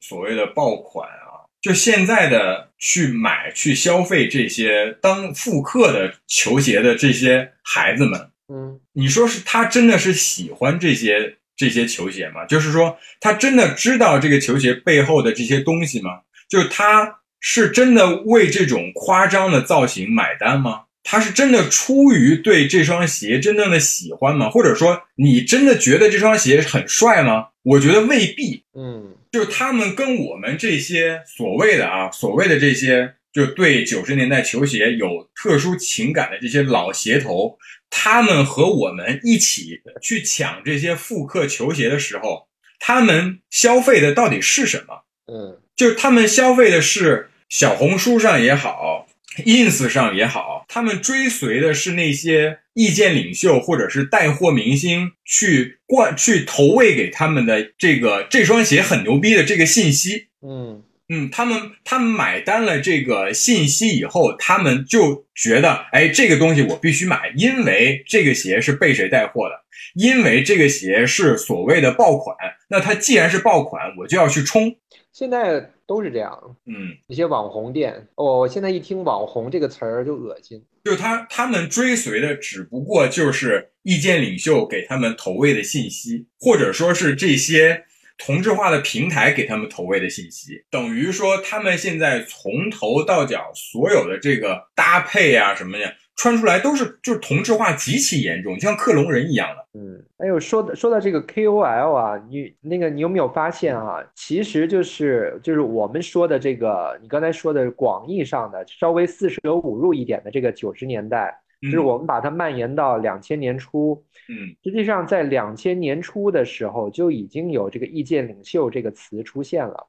Speaker 1: 所谓的爆款啊，就现在的去买去消费这些当复刻的球鞋的这些孩子们，
Speaker 2: 嗯，
Speaker 1: 你说是他真的是喜欢这些？这些球鞋吗？就是说，他真的知道这个球鞋背后的这些东西吗？就是他是真的为这种夸张的造型买单吗？他是真的出于对这双鞋真正的喜欢吗？或者说，你真的觉得这双鞋很帅吗？我觉得未必。
Speaker 2: 嗯，
Speaker 1: 就是他们跟我们这些所谓的啊，所谓的这些就对九十年代球鞋有特殊情感的这些老鞋头。他们和我们一起去抢这些复刻球鞋的时候，他们消费的到底是什么？
Speaker 2: 嗯，
Speaker 1: 就是他们消费的是小红书上也好，ins 上也好，他们追随的是那些意见领袖或者是带货明星去灌去投喂给他们的这个这双鞋很牛逼的这个信息。
Speaker 2: 嗯
Speaker 1: 嗯，他们他们买单了这个信息以后，他们就。觉得哎，这个东西我必须买，因为这个鞋是被谁带货的，因为这个鞋是所谓的爆款。那它既然是爆款，我就要去冲。
Speaker 2: 现在都是这样，
Speaker 1: 嗯，
Speaker 2: 一些网红店，哦，我现在一听“网红”这个词儿就恶心。
Speaker 1: 就是他他们追随的只不过就是意见领袖给他们投喂的信息，或者说是这些。同质化的平台给他们投喂的信息，等于说他们现在从头到脚所有的这个搭配啊什么的，穿出来都是就是同质化极其严重，就像克隆人一样的。
Speaker 2: 嗯，哎呦，说到说到这个 KOL 啊，你那个你有没有发现啊？其实就是就是我们说的这个，你刚才说的广义上的稍微四舍五入一点的这个九十年代。就是我们把它蔓延到两千年初，
Speaker 1: 嗯，
Speaker 2: 实际上在两千年初的时候就已经有这个意见领袖这个词出现了，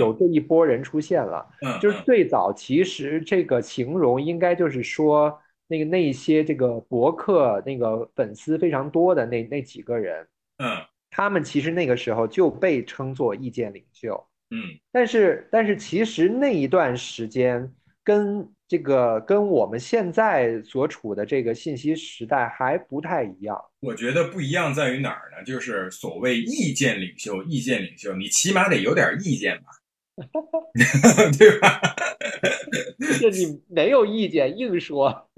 Speaker 2: 有这一波人出现了，
Speaker 1: 嗯，
Speaker 2: 就是最早其实这个形容应该就是说那个那一些这个博客那个粉丝非常多的那那几个人，
Speaker 1: 嗯
Speaker 2: 他们其实那个时候就被称作意见领袖，
Speaker 1: 嗯
Speaker 2: 但是但是其实那一段时间跟这个跟我们现在所处的这个信息时代还不太一样。
Speaker 1: 我觉得不一样在于哪儿呢？就是所谓意见领袖，意见领袖，你起码得有点意见 吧， 对吧？
Speaker 2: 就你没有意见硬说，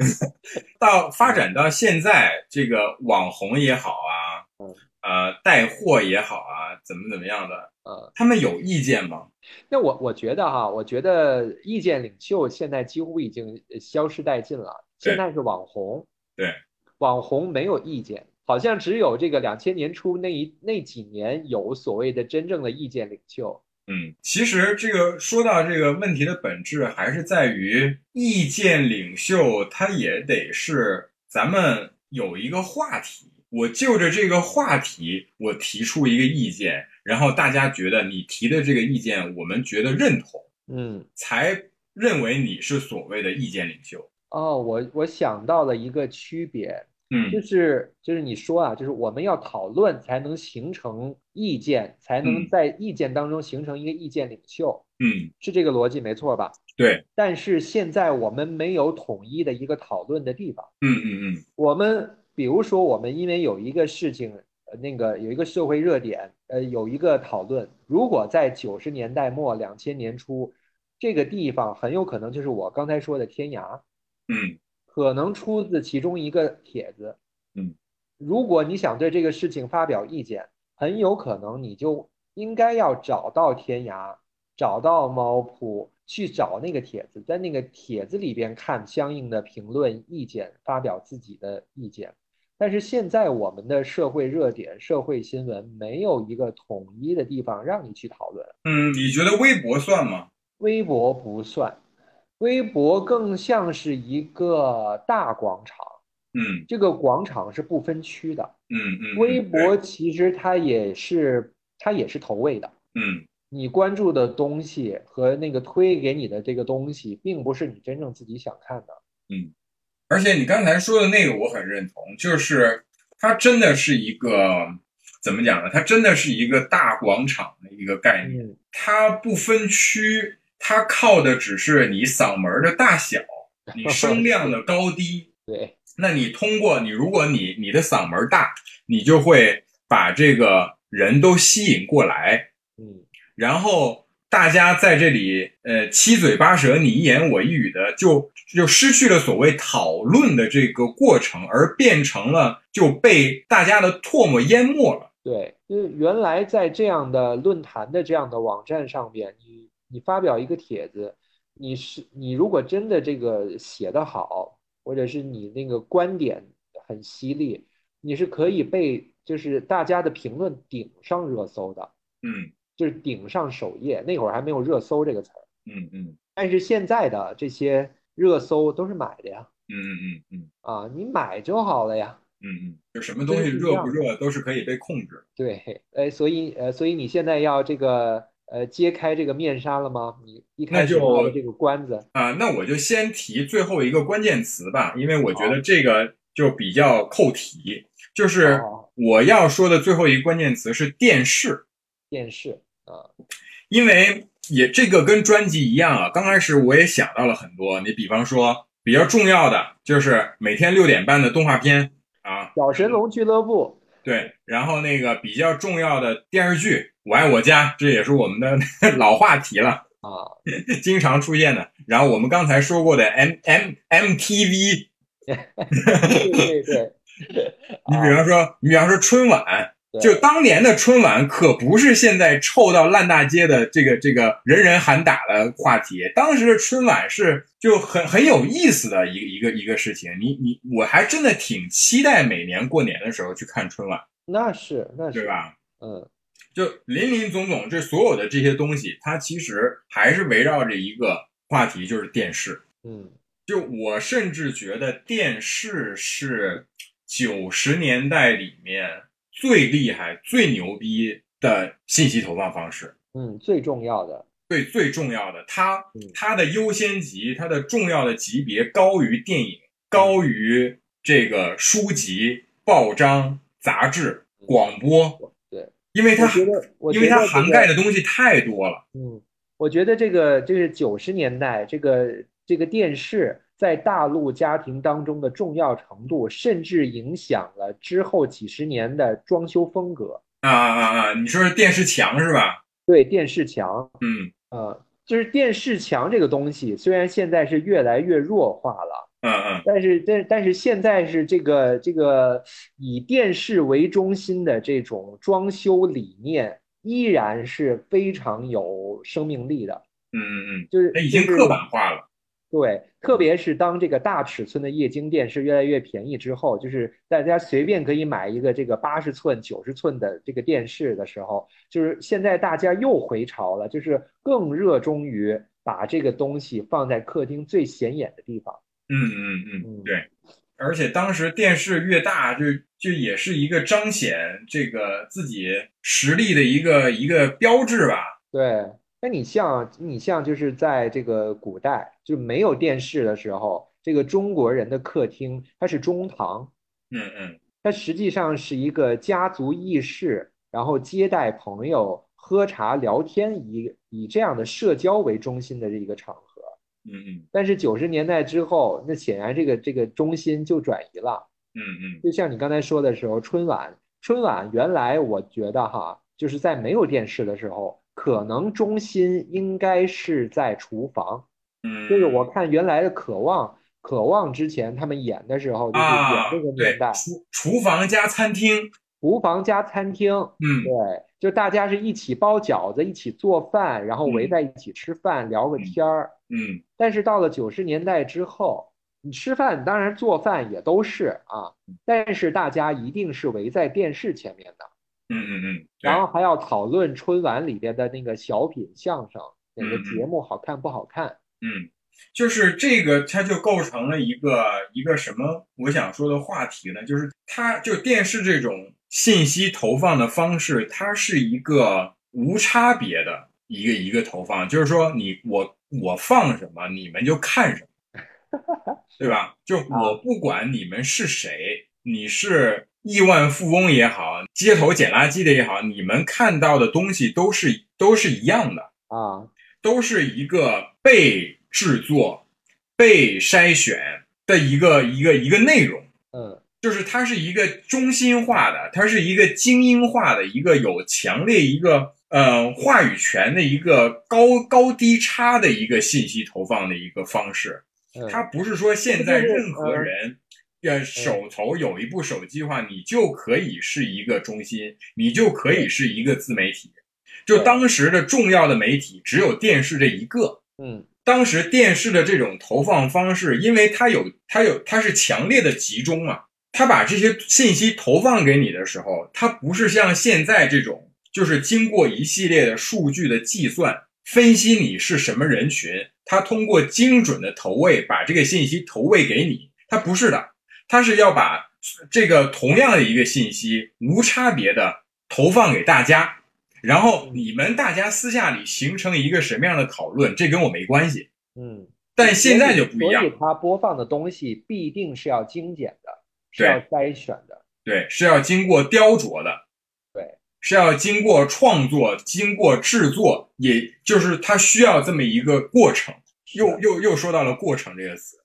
Speaker 1: 到发
Speaker 2: 嗯
Speaker 1: 展到现在，这个网红也好啊
Speaker 2: 嗯，
Speaker 1: 呃，带货也好啊，怎么怎么样的，
Speaker 2: 呃，
Speaker 1: 他们有意见吗？
Speaker 2: 那我我觉得哈，我觉得意见领袖现在几乎已经呃消失殆尽了，
Speaker 1: 对
Speaker 2: 现在是网红，
Speaker 1: 对，
Speaker 2: 网红没有意见，好像只有这个两千年初那一那几年有所谓的真正的意见领袖，
Speaker 1: 嗯，其实这个说到这个问题的本质，还是在于意见领袖，他也得是咱们有一个话题，我就着这个话题，我提出一个意见，然后大家觉得你提的这个意见，我们觉得认同，
Speaker 2: 嗯，
Speaker 1: 才认为你是所谓的意见领袖。
Speaker 2: 哦，我我想到了一个区别，
Speaker 1: 嗯
Speaker 2: 就是就是你说啊，就是我们要讨论才能形成意见，才能
Speaker 1: 嗯
Speaker 2: 在意见当中形成一个意见领袖，
Speaker 1: 嗯，
Speaker 2: 是这个逻辑没错吧？
Speaker 1: 对，
Speaker 2: 但是现在我们没有统一的一个讨论的地方。
Speaker 1: 嗯嗯嗯
Speaker 2: 我们比如说，我们因为有一个事情，呃，那个有一个社会热点，呃，有一个讨论。如果在九十年代末、两千年初，这个地方很有可能就是我刚才说的天涯，
Speaker 1: 嗯
Speaker 2: 可能出自其中一个帖子。
Speaker 1: 嗯，
Speaker 2: 如果你想对这个事情发表意见，很有可能你就应该要找到天涯，找到猫扑，去找那个帖子，在那个帖子里边看相应的评论意见，发表自己的意见。但是现在我们的社会热点、社会新闻没有一个统一的地方让你去讨论。
Speaker 1: 嗯，你觉得微博算吗？
Speaker 2: 微博不算，微博更像是一个大广场。
Speaker 1: 嗯
Speaker 2: 这个广场是不分区的，
Speaker 1: 嗯嗯，
Speaker 2: 微
Speaker 1: 嗯
Speaker 2: 博其实它也是它也是投喂的，
Speaker 1: 嗯
Speaker 2: 你关注的东西和那个推给你的这个东西，并不是你真正自己想看的。
Speaker 1: 而且你刚才说的那个我很认同，就是它真的是一个怎么讲呢？它真的是一个大广场的一个概念，
Speaker 2: 嗯，
Speaker 1: 它不分区，它靠的只是你嗓门儿的大 小，你声量的高低。
Speaker 2: 对，
Speaker 1: 那你通过你，如果你你的嗓门儿大，你就会把这个人都吸引过来，
Speaker 2: 嗯，
Speaker 1: 然后大家在这里呃七嘴八舌、你一言我一语的，就就失去了所谓讨论的这个过程，而变成了就被大家的唾沫淹没了。
Speaker 2: 对，就是原来在这样的论坛的这样的网站上边，你你发表一个帖子，你是你如果真的这个写得好，或者是你那个观点很犀利，你是可以被就是大家的评论顶上热搜的，
Speaker 1: 嗯
Speaker 2: 就是顶上首页。那会儿还没有热搜这个词儿，
Speaker 1: 嗯嗯
Speaker 2: 但是现在的这些热搜都是买的呀，
Speaker 1: 嗯嗯嗯嗯
Speaker 2: 啊，你买就好了呀。
Speaker 1: 嗯嗯，就什么东西热不热都是可以被控制的。
Speaker 2: 对，哎，所以呃，所以你现在要这个呃揭开这个面纱了吗？你一开
Speaker 1: 那
Speaker 2: 始
Speaker 1: 就
Speaker 2: 卖的这个关子，
Speaker 1: 啊、那我就先提最后一个关键词吧，因为我觉得这个就比较扣题。就是
Speaker 2: 哦
Speaker 1: 我要说的最后一个关键词是电视，
Speaker 2: 电视啊，
Speaker 1: 因为也这个跟专辑一样啊。刚开始我也想到了很多，你比方说比较重要的就是每天六点半的动画片啊，
Speaker 2: 小神龙俱乐部，
Speaker 1: 对，然后那个比较重要的电视剧《我爱我家》，这也是我们的 老话题了。
Speaker 2: 啊，
Speaker 1: 经常出现的。然后我们刚才说过的 M M M T V，
Speaker 2: 对对对， 啊
Speaker 1: 你比方说，你比方说春晚，
Speaker 2: 对
Speaker 1: 就当年的春晚可不是现在臭到烂大街的这个这个人人喊打的话题。当时的春晚是就很很有意思的一个一个一个事情。你你我还真的挺期待每年过年的时候去看春晚，
Speaker 2: 那是那
Speaker 1: 对
Speaker 2: 是，
Speaker 1: 吧？
Speaker 2: 嗯，
Speaker 1: 就林林总总，这所有的这些东西，它其实还是围绕着一个话题，就是电视。
Speaker 2: 嗯，
Speaker 1: 就我甚至觉得电视是九十年代里面最厉害、最牛逼的信息投放方式，
Speaker 2: 嗯，最重要的，
Speaker 1: 对最重要的，它
Speaker 2: 嗯
Speaker 1: 它的优先级、它的重要的级别高于电影，高于这个书籍、报章、杂志，广播，
Speaker 2: 嗯对，
Speaker 1: 因为它
Speaker 2: 我觉得我觉
Speaker 1: 因
Speaker 2: 得
Speaker 1: 为它
Speaker 2: 这
Speaker 1: 涵
Speaker 2: 个
Speaker 1: 盖的东西太多了。
Speaker 2: 嗯，我觉得这个这是九十年代这个这个电视在大陆家庭当中的重要程度，甚至影响了之后几十年的装修风格。
Speaker 1: 啊啊啊！啊！你说是电视墙是吧？
Speaker 2: 对，电视墙，
Speaker 1: 嗯
Speaker 2: 呃，就是电视墙这个东西，虽然现在是越来越弱化了，
Speaker 1: 嗯嗯
Speaker 2: 但是但但是现在是这个这个以电视为中心的这种装修理念，依然是非常有生命力的，
Speaker 1: 嗯嗯
Speaker 2: 就是
Speaker 1: 嗯，它已经
Speaker 2: 就是
Speaker 1: 刻板化了。
Speaker 2: 对，特别是当这个大尺寸的液晶电视越来越便宜之后，就是大家随便可以买一个这个八十寸、九十寸的这个电视的时候，就是现在大家又回潮了，就是更热衷于把这个东西放在客厅最显眼的地方。
Speaker 1: 嗯嗯嗯，
Speaker 2: 嗯
Speaker 1: 对。而且当时电视越大，就就也是一个彰显这个自己实力的一个一个标志吧。
Speaker 2: 对，那你像你像就是在这个古代就没有电视的时候，这个中国人的客厅它是中堂，
Speaker 1: 嗯嗯
Speaker 2: 它实际上是一个家族议事，然后接待朋友、喝茶聊天以以这样的社交为中心的这一个场合。
Speaker 1: 嗯嗯
Speaker 2: 但是九十年代之后，那显然这个这个中心就转移了。
Speaker 1: 嗯嗯
Speaker 2: 就像你刚才说的时候，春晚，春晚原来我觉得哈，就是在没有电视的时候，可能中心应该是在厨房。
Speaker 1: 嗯，
Speaker 2: 就是我看原来的《渴望》，《渴望》之前他们演的时候，就是演
Speaker 1: 啊，
Speaker 2: 那个
Speaker 1: 对
Speaker 2: 年代，
Speaker 1: 厨厨房加餐厅，
Speaker 2: 厨房加餐厅。
Speaker 1: 嗯
Speaker 2: 对，就大家是一起包饺子，一起做饭，然后围
Speaker 1: 嗯
Speaker 2: 在一起吃饭，聊个
Speaker 1: 嗯
Speaker 2: 天儿。
Speaker 1: 嗯
Speaker 2: 但是到了九十年代之后，你吃饭当然做饭也都是啊，
Speaker 1: 嗯
Speaker 2: 但是大家一定是围在电视前面的，
Speaker 1: 嗯嗯嗯，对
Speaker 2: 然后还要讨论春晚里边的那个小品、相声哪个
Speaker 1: 嗯嗯
Speaker 2: 节目好看不好看。
Speaker 1: 嗯，就是这个，它就构成了一个一个什么？我想说的话题呢，就是它就电视这种信息投放的方式，它是一个无差别的一个一个投放，就是说你我我放什么，你们就看什么，对吧？就我不管你们是谁，你是亿万富翁也好，街头捡垃圾的也好，你们看到的东西都是都是一样的。
Speaker 2: 啊，
Speaker 1: 都是一个被制作、被筛选的一个一个一个内容，
Speaker 2: 嗯
Speaker 1: 就是它是一个中心化的，它是一个精英化的，一个有强烈一个呃话语权的一个高高低差的一个信息投放的一个方式。
Speaker 2: 嗯，
Speaker 1: 它不是说现在
Speaker 2: 就是
Speaker 1: 任何人，呃，手头有一部手机的话，你就可以是一个中心，你就可以是一个自媒体。就
Speaker 2: 对
Speaker 1: 当时的重要的媒体只有电视这一个。
Speaker 2: 嗯
Speaker 1: 当时电视的这种投放方式，因为它有它有它是强烈的集中嘛，它把这些信息投放给你的时候，它不是像现在这种，就是经过一系列的数据的计算分析你是什么人群，它通过精准的投喂把这个信息投喂给你，它不是的，它是要把这个同样的一个信息无差别的投放给大家。然后你们大家私下里形成一个什么样的讨论，这跟我没关系。
Speaker 2: 嗯，
Speaker 1: 但现在就不一
Speaker 2: 所以
Speaker 1: 样
Speaker 2: 所以，它播放的东西必定是要精简的，是要筛选的。
Speaker 1: 对，是要经过雕琢的，
Speaker 2: 对，
Speaker 1: 是要经过创作、经过制作，也就是它需要这么一个过程。又又又说到了“过程”这个词，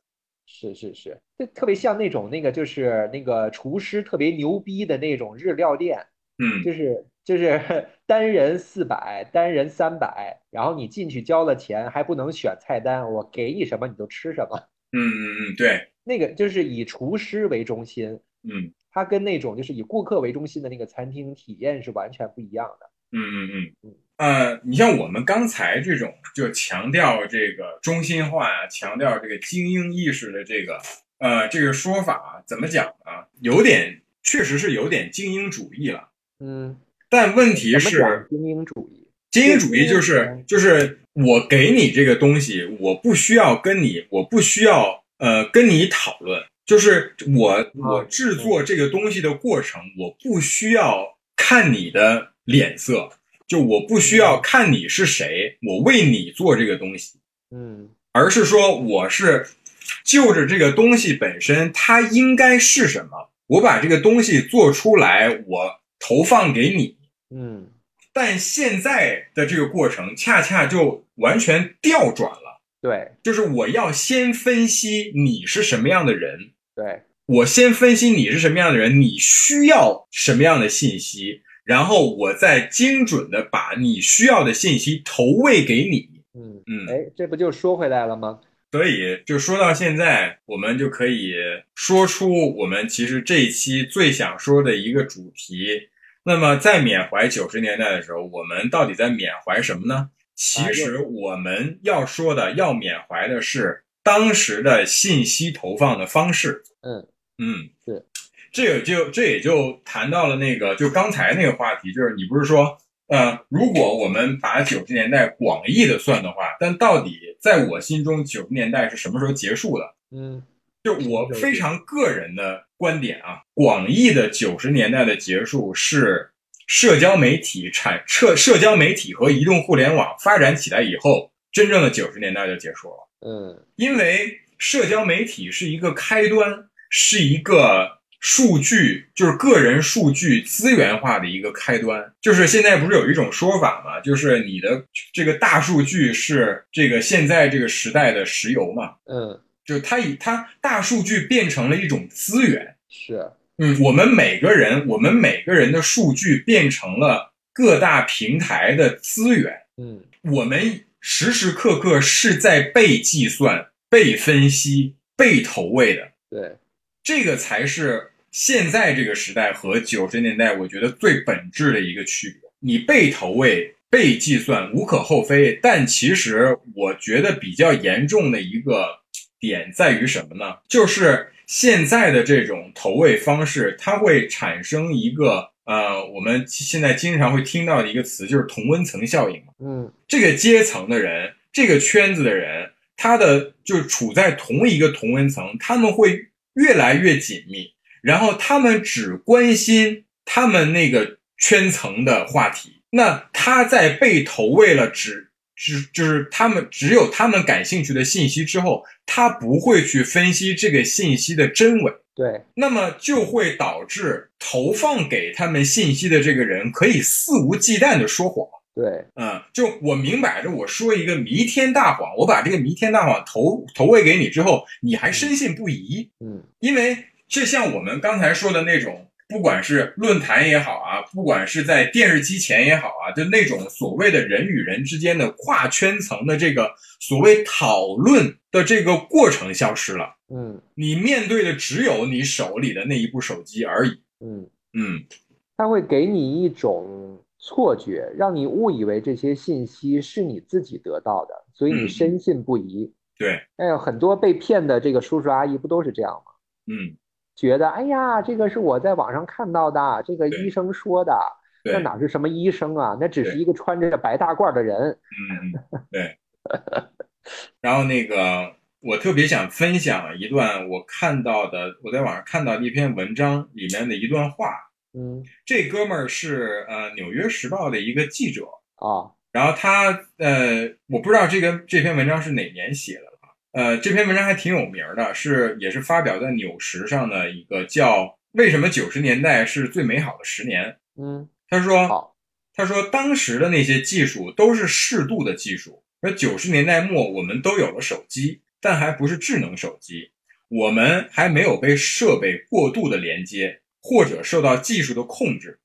Speaker 2: 是是是，这特别像那种那个就是那个厨师特别牛逼的那种日料店，
Speaker 1: 嗯
Speaker 2: 就是就是 单人四百，单人三百，然后你进去交了钱还不能选菜单，我给你什么你就吃什么。
Speaker 1: 嗯嗯嗯，对，
Speaker 2: 那个就是以厨师为中心，
Speaker 1: 嗯
Speaker 2: 它跟那种就是以顾客为中心的那个餐厅体验是完全不一样的。
Speaker 1: 嗯嗯嗯
Speaker 2: 嗯，
Speaker 1: 呃，你像我们刚才这种就强调这个中心化呀，强调这个精英意识的这个呃这个说法，怎么讲呢？有点确实是有点精英主义了，
Speaker 2: 嗯，
Speaker 1: 但问题
Speaker 2: 怎么
Speaker 1: 是。
Speaker 2: 讲精英主义？
Speaker 1: 精英主义就
Speaker 2: 对
Speaker 1: 是就是我给你这个东西，我不需要跟你，我不需要呃跟你讨论，就是我我制作这个东西的过程，我不需要看你的脸色，就我不需要看你是谁，我为你做这个东西，
Speaker 2: 嗯
Speaker 1: 而是说我是就着这个东西本身，它应该是什么，我把这个东西做出来，我投放给你。
Speaker 2: 嗯，
Speaker 1: 但现在的这个过程恰恰就完全调转了。
Speaker 2: 对，
Speaker 1: 就是我要先分析你是什么样的人，
Speaker 2: 对
Speaker 1: 我先分析你是什么样的人，你需要什么样的信息，然后我再精准的把你需要的信息投喂给你。
Speaker 2: 嗯
Speaker 1: 嗯
Speaker 2: 哎，这不就说回来了吗？
Speaker 1: 所以，就说到现在，我们就可以说出我们其实这一期最想说的一个主题。那么，在缅怀九十年代的时候，我们到底在缅怀什么呢？
Speaker 2: 啊
Speaker 1: 其实我们要说的、要缅怀的是当时的信息投放的方式。
Speaker 2: 嗯
Speaker 1: 嗯，
Speaker 2: 是。
Speaker 1: 这也就这也就谈到了那个，就刚才那个话题，就是你不是说呃，如果我们把九十年代广义的算的话，但到底在我心中九十年代是什么时候结束的？
Speaker 2: 嗯
Speaker 1: 就我非常个人的观点啊，广义的九十年代的结束是社交媒体产社社交媒体和移动互联网发展起来以后，真正的九十年代就结束了。
Speaker 2: 嗯
Speaker 1: 因为社交媒体是一个开端，是一个数据，就是个人数据资源化的一个开端。就是现在不是有一种说法嘛，就是你的这个大数据是这个现在这个时代的石油嘛，
Speaker 2: 嗯，
Speaker 1: 就是它以它大数据变成了一种资源。
Speaker 2: 是，
Speaker 1: 嗯，我们每个人，我们每个人的数据变成了各大平台的资源。
Speaker 2: 嗯
Speaker 1: 我们时时刻刻是在被计算、被分析、被投喂的，
Speaker 2: 对，
Speaker 1: 这个才是现在这个时代和九十年代我觉得最本质的一个区别。你被投喂、被计算无可厚非，但其实我觉得比较严重的一个点在于什么呢？就是现在的这种投喂方式，它会产生一个呃，我们现在经常会听到的一个词，就是同温层效应。
Speaker 2: 嗯
Speaker 1: 这个阶层的人，这个圈子的人，他的就是处在同一个同温层，他们会越来越紧密，然后他们只关心他们那个圈层的话题。那他在被投喂了只只就是他们只有他们感兴趣的信息之后，他不会去分析这个信息的真伪。
Speaker 2: 对，
Speaker 1: 那么就会导致投放给他们信息的这个人可以肆无忌惮地说谎。
Speaker 2: 对，
Speaker 1: 嗯，就我明摆着我说一个弥天大谎，我把这个弥天大谎投投喂给你之后，你还深信不疑，
Speaker 2: 嗯
Speaker 1: 因为这像我们刚才说的那种，不管是论坛也好啊，不管是在电视机前也好啊，就那种所谓的人与人之间的跨圈层的这个所谓讨论的这个过程消失了，
Speaker 2: 嗯
Speaker 1: 你面对的只有你手里的那一部手机而已。
Speaker 2: 嗯。
Speaker 1: 嗯，
Speaker 2: 它会给你一种错觉，让你误以为这些信息是你自己得到的，所以你
Speaker 1: 嗯
Speaker 2: 深信不疑。
Speaker 1: 对，
Speaker 2: 哎呀，很多被骗的这个叔叔阿姨不都是这样吗？
Speaker 1: 嗯，
Speaker 2: 觉得哎呀，这个是我在网上看到的，这个
Speaker 1: 对
Speaker 2: 医生说的，
Speaker 1: 对，
Speaker 2: 那哪是什么医生啊？那只是
Speaker 1: 对
Speaker 2: 一个穿着白大褂的人。
Speaker 1: 嗯，嗯，对。 然后那个，我特别想分享一段我看到的，我在网上看到的一篇文章里面的一段话。
Speaker 2: 嗯，
Speaker 1: 这哥们儿是呃《纽约时报》的一个记者，
Speaker 2: 啊，
Speaker 1: 然后他呃，我不知道这个这篇文章是哪年写的了啊。呃，这篇文章还挺有名儿的，是也是发表在《纽时》上的一个叫《为什么九十年代是最美好的十年》。
Speaker 2: 嗯，
Speaker 1: 他说，
Speaker 2: 好，
Speaker 1: 他说当时的那些技术都是适度的技术，而九十年代末我们都有了手机，但还不是智能手机，我们还没有被设备过度的连接或者受到技术的控制，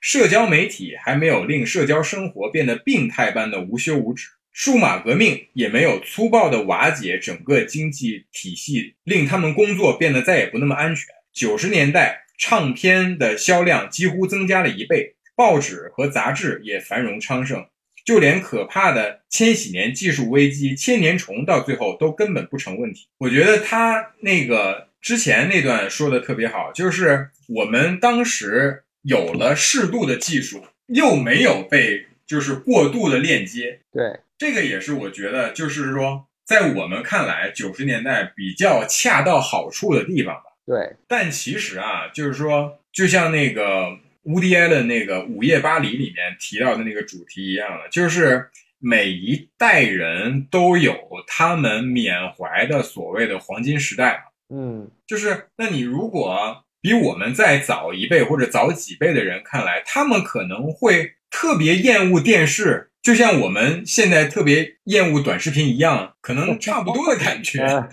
Speaker 1: 社交媒体还没有令社交生活变得病态般的无休无止。数码革命也没有粗暴地瓦解整个经济体系，令他们工作变得再也不那么安全。九十年代，唱片的销量几乎增加了一倍，报纸和杂志也繁荣昌盛，就连可怕的千禧年技术危机、千年虫到最后都根本不成问题。我觉得他那个之前那段说的特别好，就是我们当时有了适度的技术，又没有被就是过度的链接，
Speaker 2: 对，
Speaker 1: 这个也是我觉得就是说，在我们看来九十年代比较恰到好处的地方。
Speaker 2: 对，
Speaker 1: 但其实啊，就是说，就像那个 Woody Allen 那个《午夜巴黎》里面提到的那个主题一样的，就是每一代人都有他们缅怀的所谓的黄金时代。
Speaker 2: 嗯，
Speaker 1: 就是，那你如果比我们再早一辈或者早几辈的人看来，他们可能会特别厌恶电视，就像我们现在特别厌恶短视频一样，可能差不多的感觉。
Speaker 2: 啊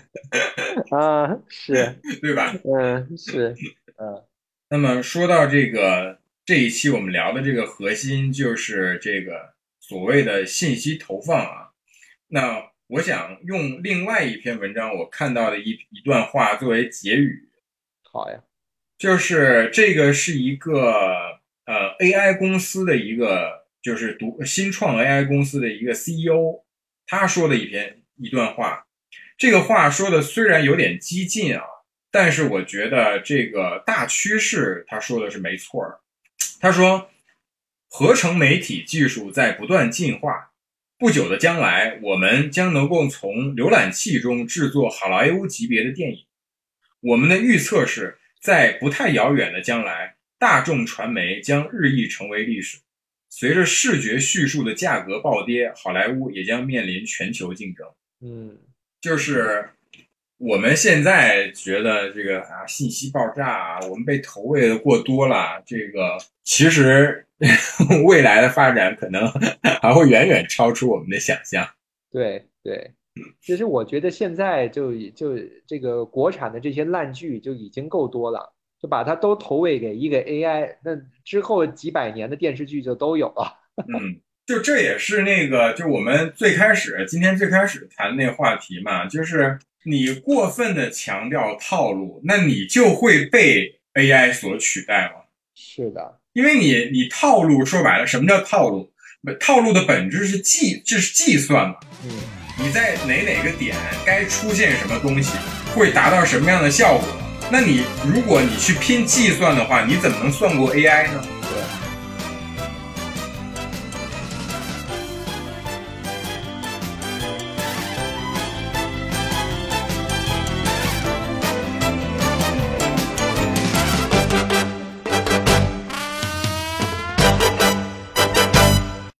Speaker 2: 啊，是
Speaker 1: 对吧？
Speaker 2: 嗯，是，嗯。
Speaker 1: 那么说到这个这一期我们聊的这个核心，就是这个所谓的信息投放啊。那我想用另外一篇文章我看到的一一段话作为结语。
Speaker 2: 好呀。
Speaker 1: 就是这个是一个呃 AI 公司的一个，就是独新创 AI 公司的一个 CEO，他说的一篇一段话。这个话说的虽然有点激进啊，但是我觉得这个大趋势他说的是没错儿。他说，合成媒体技术在不断进化，不久的将来，我们将能够从浏览器中制作好莱坞级别的电影。我们的预测是。在不太遥远的将来，大众传媒将日益成为历史。随着视觉叙述的价格暴跌，好莱坞也将面临全球竞争。
Speaker 2: 嗯，
Speaker 1: 就是我们现在觉得这个啊，信息爆炸啊，我们被投喂的过多了。这个其实 未来的发展可能 还会远远超出我们的想象。
Speaker 2: 对对。其实我觉得现在就就这个国产的这些烂剧就已经够多了，就把它都投喂给一个 AI，那之后几百年的电视剧就都有了。
Speaker 1: 嗯，就这也是那个，就我们最开始今天最开始谈那话题嘛，就是你过分的强调套路，那你就会被 AI 所取代嘛。
Speaker 2: 是的，
Speaker 1: 因为你你套路说白了，什么叫套路？套路的本质是计，这是计算嘛。
Speaker 2: 嗯。
Speaker 1: 你在哪哪个点该出现什么东西，会达到什么样的效果？那你如果你去拼计算的话，你怎么能算过 AI 呢？